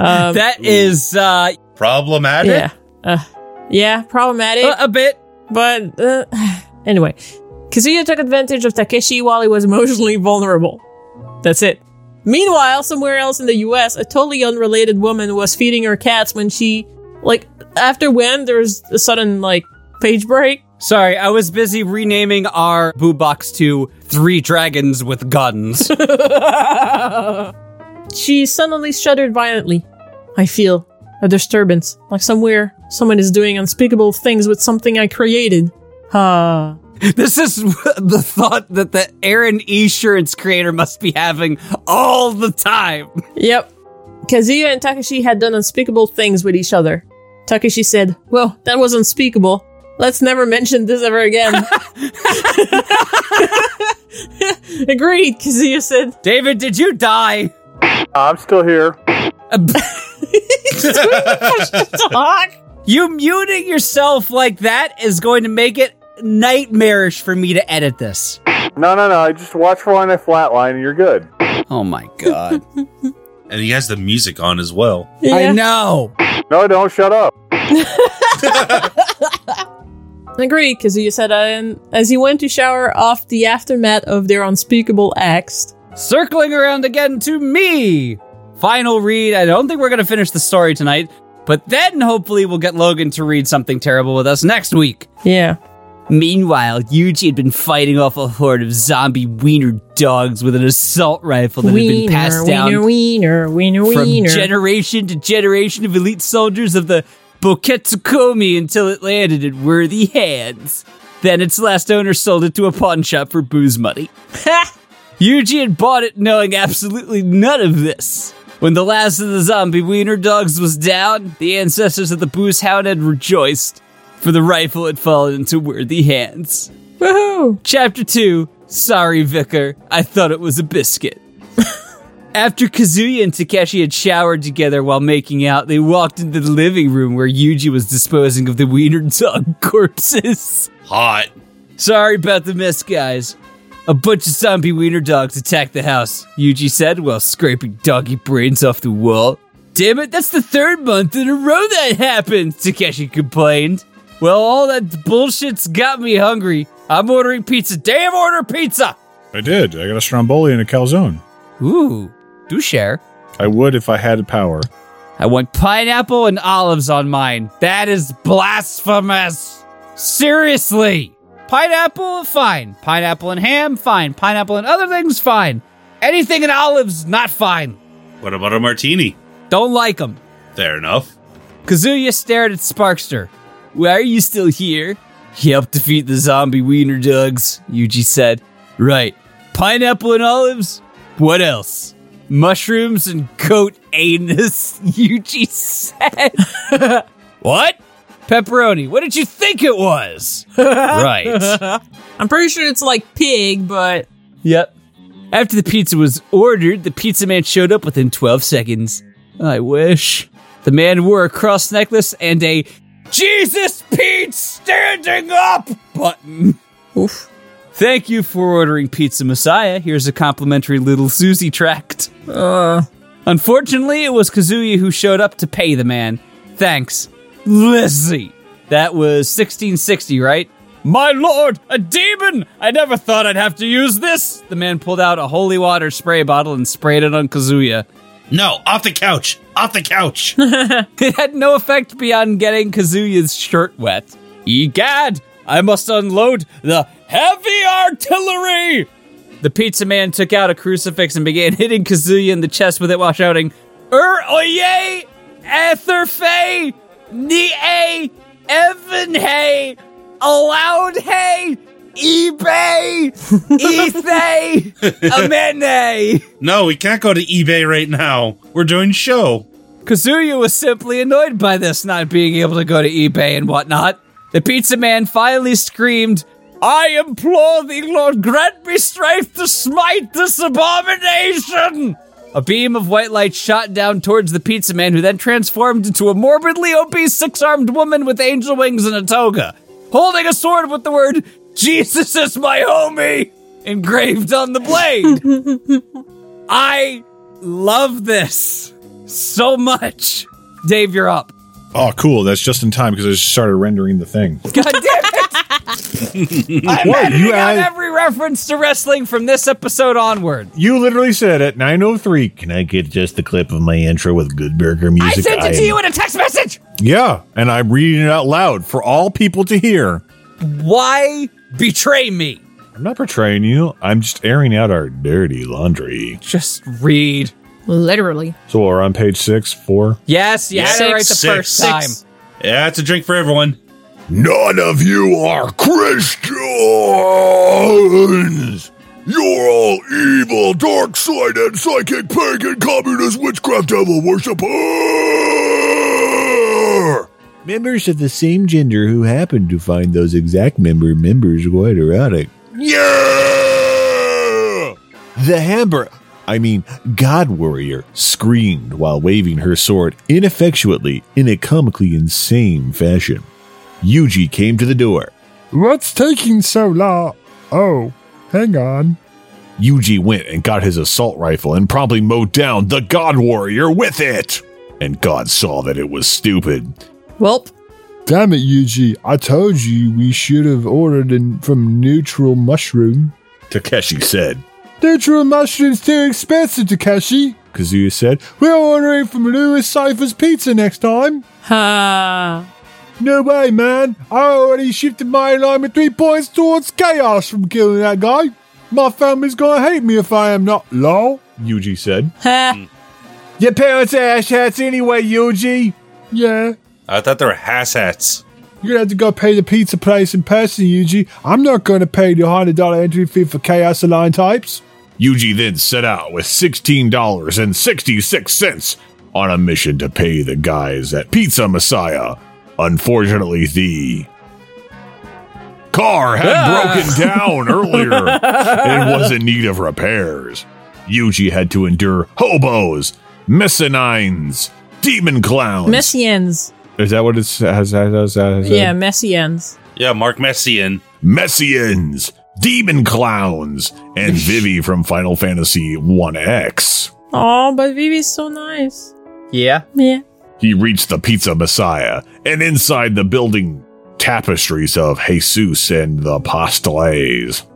Um,
That is uh,
Problematic?
yeah. Uh, yeah, problematic.
a bit.
But uh, anyway, Kazuya took advantage of Takeshi while he was emotionally vulnerable. That's it. Meanwhile, somewhere else in the US, a totally unrelated woman was feeding her cats when she, like, after when there's a sudden, like, page break.
Sorry, I was busy renaming our boo box to Three Dragons with Guns.
She suddenly shuddered violently. I feel a disturbance, like somewhere someone is doing unspeakable things with something I created. Ah.
this is the thought that the Aaron Esurance creator must be having all the time.
Yep. Kazuya and Takashi had done unspeakable things with each other. Takashi said, Well, that was unspeakable. Let's never mention this ever again. Agreed, Kazuya said.
David, did you die?
I'm still here.
Dog.
You muting yourself like that is going to make it nightmarish for me to edit this.
No, no, no. Just watch for when I flatline and you're good.
Oh my god.
And he has the music on as well.
I know.
No, don't shut up.
Agree, because you said, um, as he went to shower off the aftermath of their unspeakable acts.
Circling around again to me. Final read. I don't think we're going to finish the story tonight, but then hopefully we'll get Logan to read something terrible with us next week.
Yeah.
Meanwhile, Yuji had been fighting off a horde of zombie wiener dogs with an assault rifle that had been passed down
wiener, wiener, wiener,
from
wiener.
generation to generation of elite soldiers of the Boketsukomi until it landed in worthy hands. Then its last owner sold it to a pawn shop for booze money. Yuji had bought it knowing absolutely none of this. When the last of the zombie wiener dogs was down, the ancestors of the booze hound had rejoiced, for the rifle had fallen into worthy hands.
Woohoo!
Chapter 2 Sorry, Vicar, I thought it was a biscuit. After Kazuya and Takeshi had showered together while making out, they walked into the living room where Yuji was disposing of the wiener dog corpses.
Hot.
Sorry about the mess, guys. A bunch of zombie wiener dogs attacked the house, Yuji said while scraping doggy brains off the wall. Damn it, that's the third month in a row that happened, Takeshi complained. Well, all that bullshit's got me hungry. I'm ordering pizza. Damn, order pizza!
I did. I got a stromboli and a calzone.
Ooh, do share.
I would if I had power.
I want pineapple and olives on mine. That is blasphemous. Seriously. Pineapple, fine. Pineapple and ham, fine. Pineapple and other things, fine. Anything in olives, not fine.
What about a martini?
Don't like them.
Fair enough.
Kazuya stared at Sparkster. Why are you still here? He helped defeat the zombie wiener dogs, Yuji said. Right. Pineapple and olives? What else? Mushrooms and goat anus, Yuji said. what? Pepperoni. What did you think it was? right.
I'm pretty sure it's like pig, but
Yep. After the pizza was ordered, the pizza man showed up within 12 seconds. I wish. The man wore a cross necklace and a Jesus Pete standing up button.
Oof.
Thank you for ordering Pizza Messiah. Here's a complimentary little Susie tract. Unfortunately, it was Kazuya who showed up to pay the man. Thanks. Let's see. That was 1660, right? My lord, a demon! I never thought I'd have to use this! The man pulled out a holy water spray bottle and sprayed it on Kazuya.
No, off the couch. Off the couch.
It had no effect beyond getting Kazuya's shirt wet. Egad! I must unload the heavy artillery! The pizza man took out a crucifix and began hitting Kazuya in the chest with it while shouting, Er oye! Etherfe! Ni a! Evan hey! Allowed hey! Ebay! Ethay! Amene!
no, we can't go to eBay right now. We're doing show.
Kazuya was simply annoyed by this not being able to go to eBay and whatnot. The pizza man finally screamed, I implore thee, Lord, grant me strength to smite this abomination! A beam of white light shot down towards the pizza man, who then transformed into a morbidly obese six armed woman with angel wings and a toga, holding a sword with the word, Jesus is my homie! engraved on the blade. I love this so much. Dave, you're up.
Oh, cool. That's just in time because I just started rendering the thing.
God damn it! I'm
What?
editing
You
out
add-
every reference to wrestling from this episode onward.
You literally said oh at 903.
Can I get just the clip of my intro with Good Burger music?
I sent it
am-
to you in a text message.
Yeah, and I'm reading it out loud for all people to hear.
Why betray me?
I'm not portraying you. I'm just airing out our dirty laundry.
Just read.
literally.
So we're on page six, four.
Yes, you had it right the first time.
Yeah, it's a drink for everyone.
None of you are Christians! You're all evil, dark sided, psychic, pagan, communist, witchcraft, devil worshiper! Members of the same gender who happen to find those exact member members quite erotic. Yeah! The hamburger.
I mean, God Warrior screamed while waving her sword ineffectually in a comically insane fashion. Yuji came to the door.
What's taking so long? Oh, hang on.
Yuji went and got his assault rifle and promptly mowed down the God Warrior with it. And God saw that it was stupid.
Welp.
Damn it, Yuji. I told you we should have ordered in from Neutral Mushroom.
Takeshi said.
Neutral Mushroom's too expensive, Takeshi.
Kazuya said,
We're ordering from Lewis Cypher's Pizza next time.
Ha.
No way, man. I already shifted my alignment three points towards chaos from killing that guy. My family's gonna hate me if I am not. Lol.
Yuji said.
Mm.
Ha.
Your parents are ash hats anyway, Yuji. Yeah.
I thought they were hass hats.
You're gonna have to go pay the pizza place in person, Yuji. I'm not gonna pay the hundred dollar entry fee for Chaos Align types.
Yuji then set out with $16.66 on a mission to pay the guys at Pizza Messiah. Unfortunately, the car had broken down earlier and was in need of repairs. Yuji had to endure hobos, messanines, demon clowns.
Messians.
Is that what it's has, has, has, has uh,
Yeah, Messians.
Yeah, Mark Messian.
Messians, Demon Clowns, and Vivi from Final Fantasy 1X.
Oh, but Vivi's so nice.
Yeah.
Yeah.
He reached the Pizza Messiah, and inside the building, tapestries of Jesus and the Pasteles.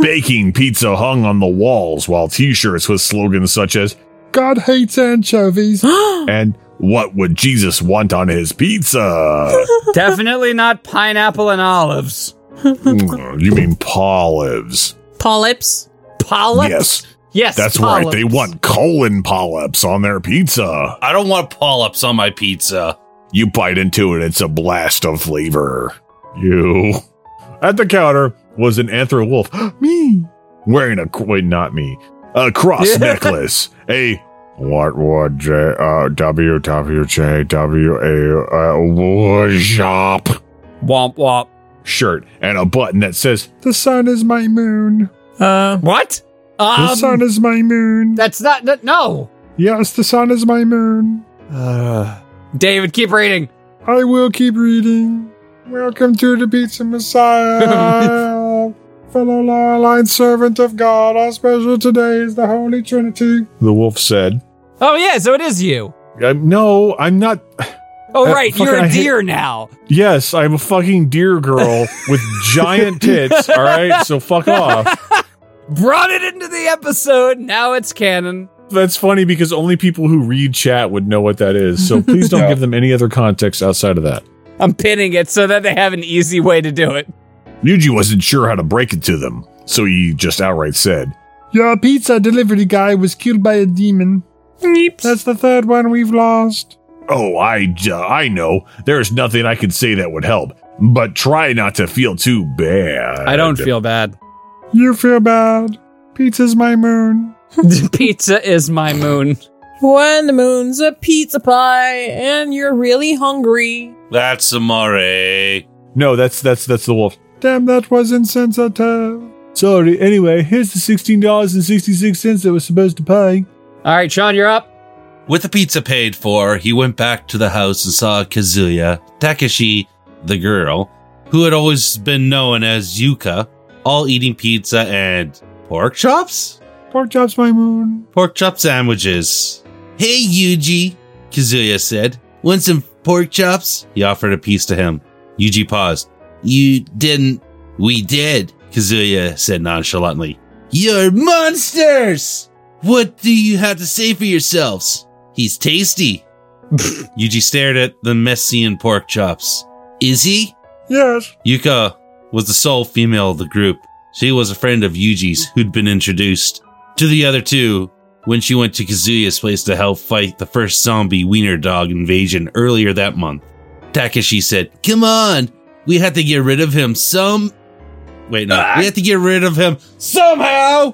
Baking pizza hung on the walls, while t shirts with slogans such as,
God hates anchovies.
and what would Jesus want on his pizza?
Definitely not pineapple and olives.
Mm, you mean polyps?
Polyps.
Polyps?
Yes,
Yes,
that's right. They
polyps.
want colon polyps on their pizza.
I don't want polyps on my pizza.
You bite into it, it's a blast of flavor. You. At the counter was an anthro wolf, me, wearing a, wait, not me, a cross necklace, a what would J, uh, W, W, J, W, A, uh, wood shop
Womp womp.
shirt and a button that says,
the sun is my moon.
Uh,
What?
The
Um,
sun is my moon.
that's not. That, no.
Yes, the sun is my moon.
David, keep reading.
I will keep reading. Welcome to the Pizza Messiah. Fellow law-aligned servant of God, our special today is the Holy Trinity.
the wolf said.
Oh, yeah, so it is you.
i no, I'm not.
Oh,
Uh,
right. You're
fucking, I
a
hate-
deer now.
Yes, I'm a fucking deer girl with giant tits. All right, so fuck off.
Brought it into the episode. Now it's canon.
That's funny because only people who read chat would know what that is. So please don't give them any other context outside of that.
I'm pinning it so that they have an easy way to do it.
Yuji wasn't sure how to break it to them, so he just outright said,
Your pizza delivery guy was killed by a demon. That's the third one we've lost.
Oh, I, j- I know. There's nothing I could say that would help, but try not to feel too bad.
I don't feel bad.
You feel bad. Pizza's my moon.
Pizza is my moon.
when the moon's a pizza pie and you're really hungry.
That's amore.
No, that's that's that's the wolf.
Damn, that was insensitive. Sorry, anyway, here's the $16.66 that was supposed to pay.
All right, Sean, you're up.
With the pizza paid for, he went back to the house and saw Kazuya, Takeshi, the girl, who had always been known as Yuka, all eating pizza and pork chops?
Pork chops, my moon.
Pork chop sandwiches. Hey, Yuji, Kazuya said. Want some pork chops? He offered a piece to him. Yuji paused. You didn't. We did, Kazuya said nonchalantly. You're monsters! What do you have to say for yourselves? He's tasty. Yuji stared at the Messian pork chops. Is he?
Yes.
Yuka was the sole female of the group. She was a friend of Yuji's who'd been introduced to the other two when she went to Kazuya's place to help fight the first zombie wiener dog invasion earlier that month. Takeshi said, Come on, we have to get rid of him some. Wait, no, we have to get rid of him somehow!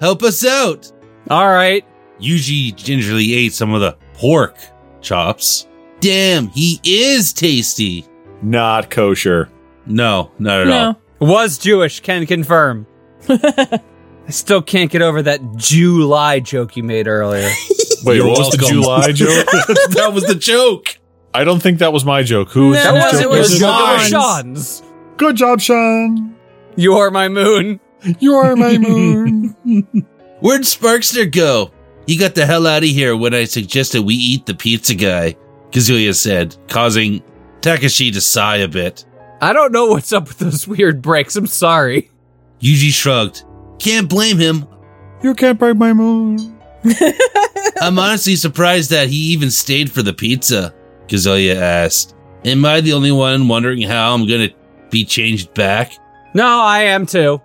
Help us out!
All right.
Yuji gingerly ate some of the pork chops. Damn, he is tasty!
Not kosher.
No, not at all.
No.
Was Jewish, can confirm. I still can't get over that July joke you made earlier.
Wait,
You're
what was the
welcome.
July joke?
that was the joke.
I don't think that was my joke. Who was
that
whose
wasn't
joke
your
was
joke.
it?
That was
Mine's.
Sean's.
Good job, Sean.
You are my moon.
You are my moon.
Where'd Sparkster go? He got the hell out of here when I suggested we eat the pizza guy, Kazuya said, causing Takashi to sigh a bit.
I don't know what's up with those weird breaks. I'm sorry.
Yuji shrugged. Can't blame him.
you can't break my moon.
I'm honestly surprised that he even stayed for the pizza, Kazuya asked. Am I the only one wondering how I'm gonna be changed back?
No, I am too.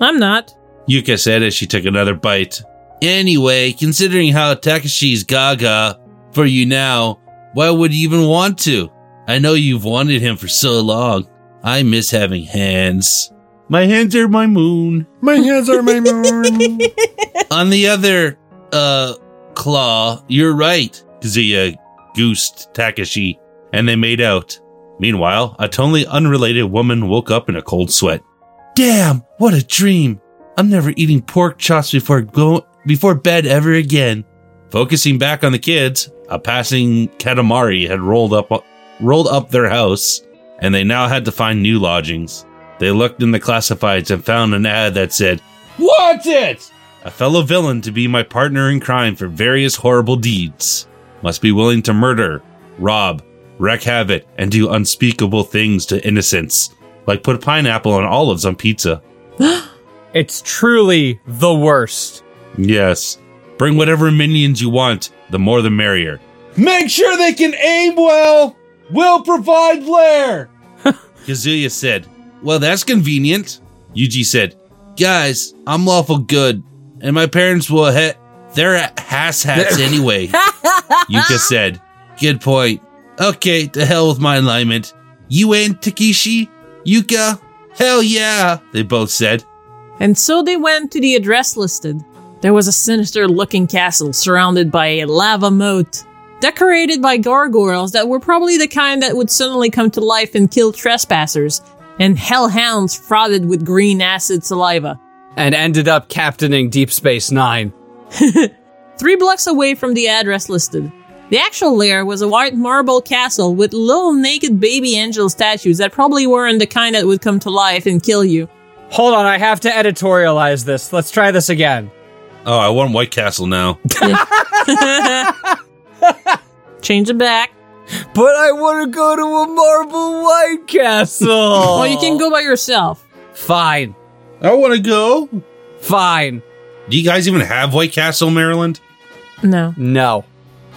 I'm not.
Yuka said as she took another bite. Anyway, considering how Takashi's gaga for you now, why would you even want to? I know you've wanted him for so long. I miss having hands. My hands are my moon.
My hands are my moon.
On the other, uh, claw, you're right, Kazuya goosed Takashi, and they made out. Meanwhile, a totally unrelated woman woke up in a cold sweat. Damn, what a dream! I'm never eating pork chops before go before bed ever again. Focusing back on the kids, a passing katamari had rolled up rolled up their house, and they now had to find new lodgings. They looked in the classifieds and found an ad that said, "Want it? A fellow villain to be my partner in crime for various horrible deeds. Must be willing to murder, rob, wreak havoc, and do unspeakable things to innocents, like put pineapple and olives on pizza."
It's truly the worst.
Yes. Bring whatever minions you want, the more the merrier. Make sure they can aim well! We'll provide lair! Kazuya said, Well, that's convenient. Yuji said, Guys, I'm lawful good, and my parents will hit. They're at ass hats anyway. Yuka said, Good point. Okay, to hell with my alignment. You and Takeshi? Yuka? Hell yeah! They both said.
And so they went to the address listed. There was a sinister looking castle surrounded by a lava moat, decorated by gargoyles that were probably the kind that would suddenly come to life and kill trespassers, and hellhounds frothed with green acid saliva.
And ended up captaining Deep Space Nine.
Three blocks away from the address listed. The actual lair was a white marble castle with little naked baby angel statues that probably weren't the kind that would come to life and kill you.
Hold on, I have to editorialize this. Let's try this again.
Oh, I want White Castle now.
Change it back.
But I want to go to a marble White Castle.
Oh, you can go by yourself.
Fine,
I want to go.
fine.
Do you guys even have White Castle, Maryland?
No.
No,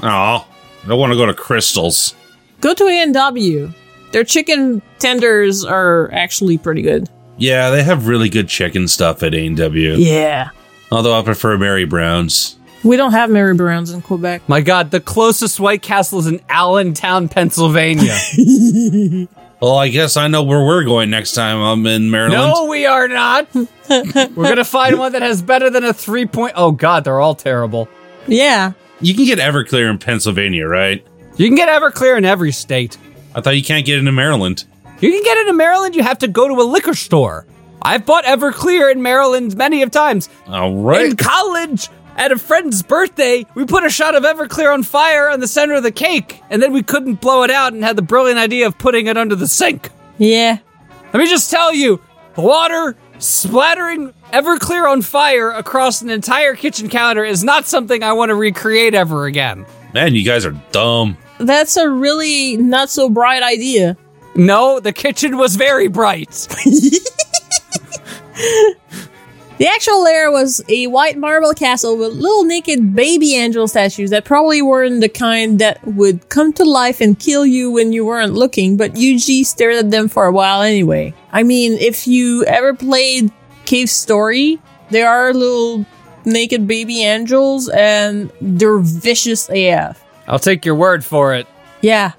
Oh, I want to go to Crystals.
Go to A&W. Their chicken tenders are actually pretty good.
Yeah, they have really good chicken stuff at A&W.
Yeah.
Although I prefer Mary Brown's.
We don't have Mary Browns in Quebec.
my God, the closest White Castle is in Allentown, Pennsylvania.
Well, I guess I know where we're going next time I'm in Maryland.
no, we are not. We're gonna find one that has better than a three point. Oh God, they're all terrible.
Yeah.
You can get Everclear in Pennsylvania, right?
You can get Everclear in every state.
I thought you can't get into Maryland.
You can get it in Maryland. You have to go to a liquor store. I've bought Everclear in Maryland many of times.
All right.
In college, at a friend's birthday, we put a shot of Everclear on fire on the center of the cake, and then we couldn't blow it out and had the brilliant idea of putting it under the sink.
Yeah.
Let me just tell you, the water splattering Everclear on fire across an entire kitchen counter is not something I want to recreate ever again.
Man, you guys are dumb.
That's a really not so bright idea.
No, the kitchen was very bright.
The actual lair was a white marble castle with little naked baby angel statues that probably weren't the kind that would come to life and kill you when you weren't looking, but UG stared at them for a while anyway. I mean, if you ever played Cave Story, there are little naked baby angels and they're vicious AF.
I'll take your word for it.
Yeah.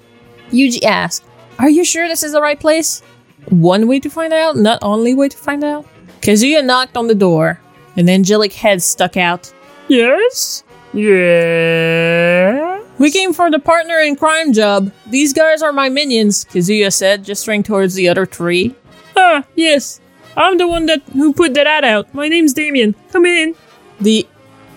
Yuji asked, Are you sure this is the right place? One way to find out, not only way to find out. Kazuya knocked on the door. An angelic head stuck out. Yes? Yeah? We came for the partner in crime job. These guys are my minions, Kazuya said, gesturing towards the other three. Ah, yes. I'm the one that who put that ad out. My name's Damien. Come in. The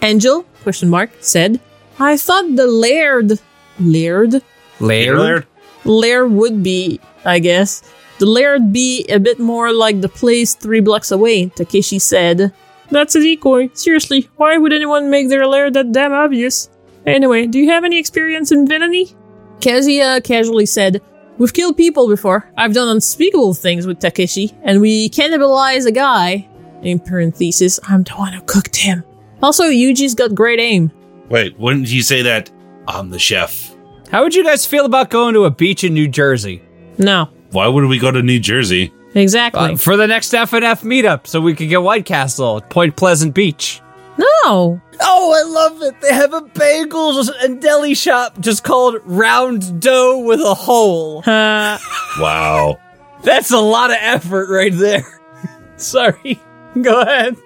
angel question mark said, I thought the laird laird
Laird?
lair would be, I guess. The laird be a bit more like the place three blocks away, Takeshi said. That's a decoy. Seriously, why would anyone make their lair that damn obvious? Anyway, do you have any experience in villainy? Kazuya casually said, We've killed people before. I've done unspeakable things with Takeshi, and we cannibalized a guy. In parenthesis, I'm the one who cooked him. Also, Yuji's got great aim.
Wait, wouldn't you say that? I'm the chef.
How would you guys feel about going to a beach in New Jersey
No,
Why would we go to New Jersey?
Uh,
exactly.
for the next FNF meetup so we could get White Castle at Point Pleasant Beach?
no,
Oh, I love it. They have a bagel and deli shop just called Round Dough with a Hole.
Uh,
Wow.
That's a lot of effort right there. Sorry. Go ahead.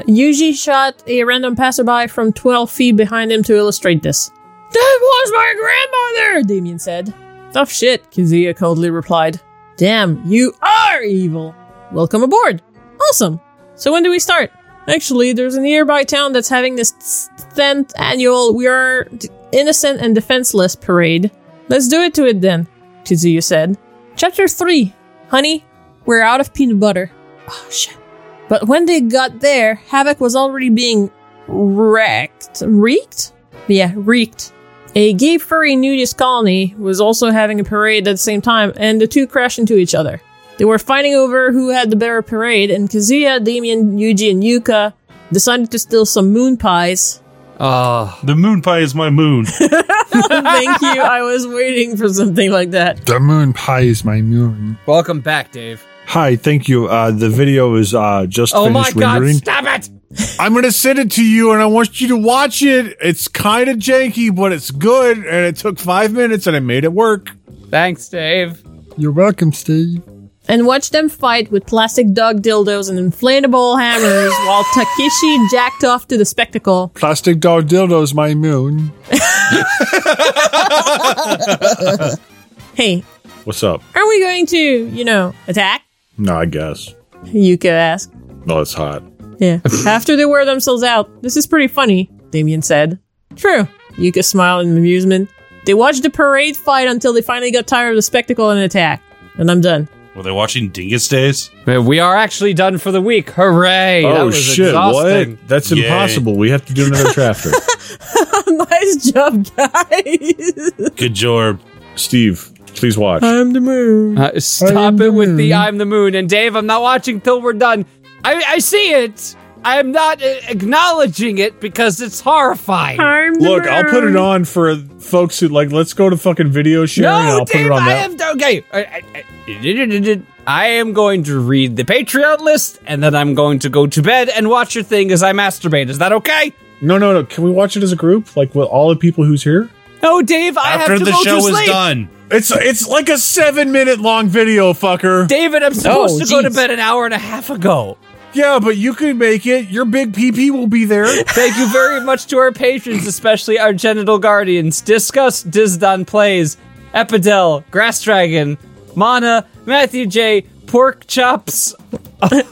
Yuji shot a random passerby from 12 feet behind him to illustrate this. That was my grandmother, Damien said. Tough shit, Kazuya coldly replied. Damn, you are evil. Welcome aboard. Awesome. So when do we start? Actually, there's a nearby town that's having this 10th annual We Are D- Innocent and Defenseless parade. Let's do it to it then, Kazuya said. Chapter 3. Honey, we're out of peanut butter. Oh shit. But when they got there, Havoc was already being wrecked. Reeked? Yeah, reeked. A gay furry nudist colony was also having a parade at the same time, and the two crashed into each other. They were fighting over who had the better parade, and Kazuya, Damien, Yuji, and Yuka decided to steal some moon pies.
Oh,
The moon pie is my moon.
Thank you, I was waiting for something like that.
The moon pie is my moon.
welcome back, Dave.
Hi, thank you. Uh, the video is uh, just
Oh my
finished
god,
rendering.
stop it!
I'm gonna send it to you, and I want you to watch it. It's kind of janky, but it's good, and it took five minutes, and I made it work.
Thanks, Dave.
You're welcome, Steve.
And watch them fight with plastic dog dildos and inflatable hammers while Takeshi jacked off to the spectacle.
Plastic dog dildo is my moon.
Hey,
What's up?
are we going to, you know, attack?
No, I guess.
Yuka asked.
No, it's hot.
Yeah. After they wear themselves out, this is pretty funny, Damien said. True. Yuka smiled in amusement. They watched the parade fight until they finally got tired of the spectacle and attacked. And I'm done.
Were they watching Dingus Days?
We are actually done for the week. Hooray! that
oh
was
shit!
exhausting.
What? That's
Yay.
impossible. We have to do another chapter.
nice job, guys.
Good job.
Steve, please watch.
I'm the moon.
Uh, stop it with the I'm the moon. And Dave, I'm not watching till we're done. I, I see it. I'm not uh, acknowledging it because it's horrifying.
I'm the
Look, I'll put it on for folks who like. Let's go to fucking video sharing. and
No,
I'll put
Dave,
it on
I
that.
am okay. I, I- I- I am going to read the Patreon list, and then I'm going to go to bed and watch your thing as I masturbate. Is that okay?
no, no, no. Can we watch it as a group? Like with all the people who's here?
No, Dave, I
After
have to
the
go
show
to
is
sleep.
done.
It's it's like a seven minute long video, fucker.
David, I'm supposed to go to
jeez.
bed an hour and a half ago.
Yeah, but you can make it. Your big PP will be there.
Thank you very much to our patrons, especially our genital guardians. Discuss Dizdon Plays, Epidel, Grass Dragon, Mana, Matthew J, Pork Chops.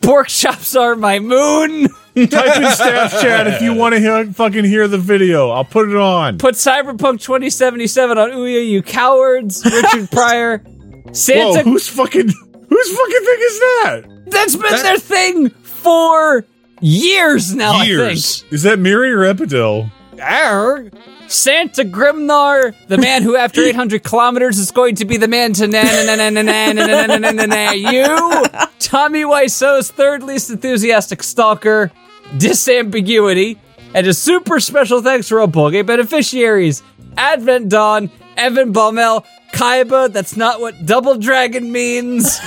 Pork chops are my moon.
Type in staff chat if you want to hear, fucking hear the video. I'll put it on.
Put Cyberpunk 2077 on Ouya, you cowards. Richard Pryor.
Whoa,
Santa.
who's fucking whose fucking thing is that?
that's been their thing for years now,
Years.
Is that Miri or Epidel?
I think. Arr. Santa Grimnar, the man who after 800 kilometers is going to be the man to na na na na na na na na na na na you. Tommy Wiseau's third least enthusiastic stalker, Disambiguity, and a super special thanks for Obulge beneficiaries, Advent Dawn, Evan Baumel, Kaiba, that's not what double dragon means.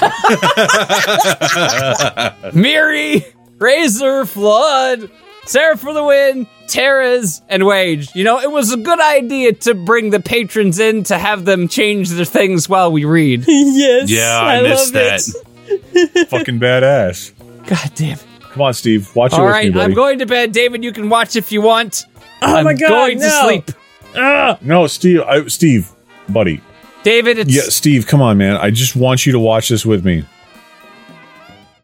Miri, Razor, Flood, Sarah for the win, Terra's, and Wage. You know, it was a good idea to bring the patrons in to have them change their things while we read.
yes.
Yeah, I, missed that.
fucking badass.
God damn. it.
Come on, Steve. Watch it
All
with
right,
me, buddy.
I'm going to bed. David, you can watch if you want.
Oh
I'm
my god.
going
no.
to sleep.
Ah! no, Steve. I, Steve, buddy.
David, it's
Yeah, Steve. Come on, man. I just want you to watch this with me.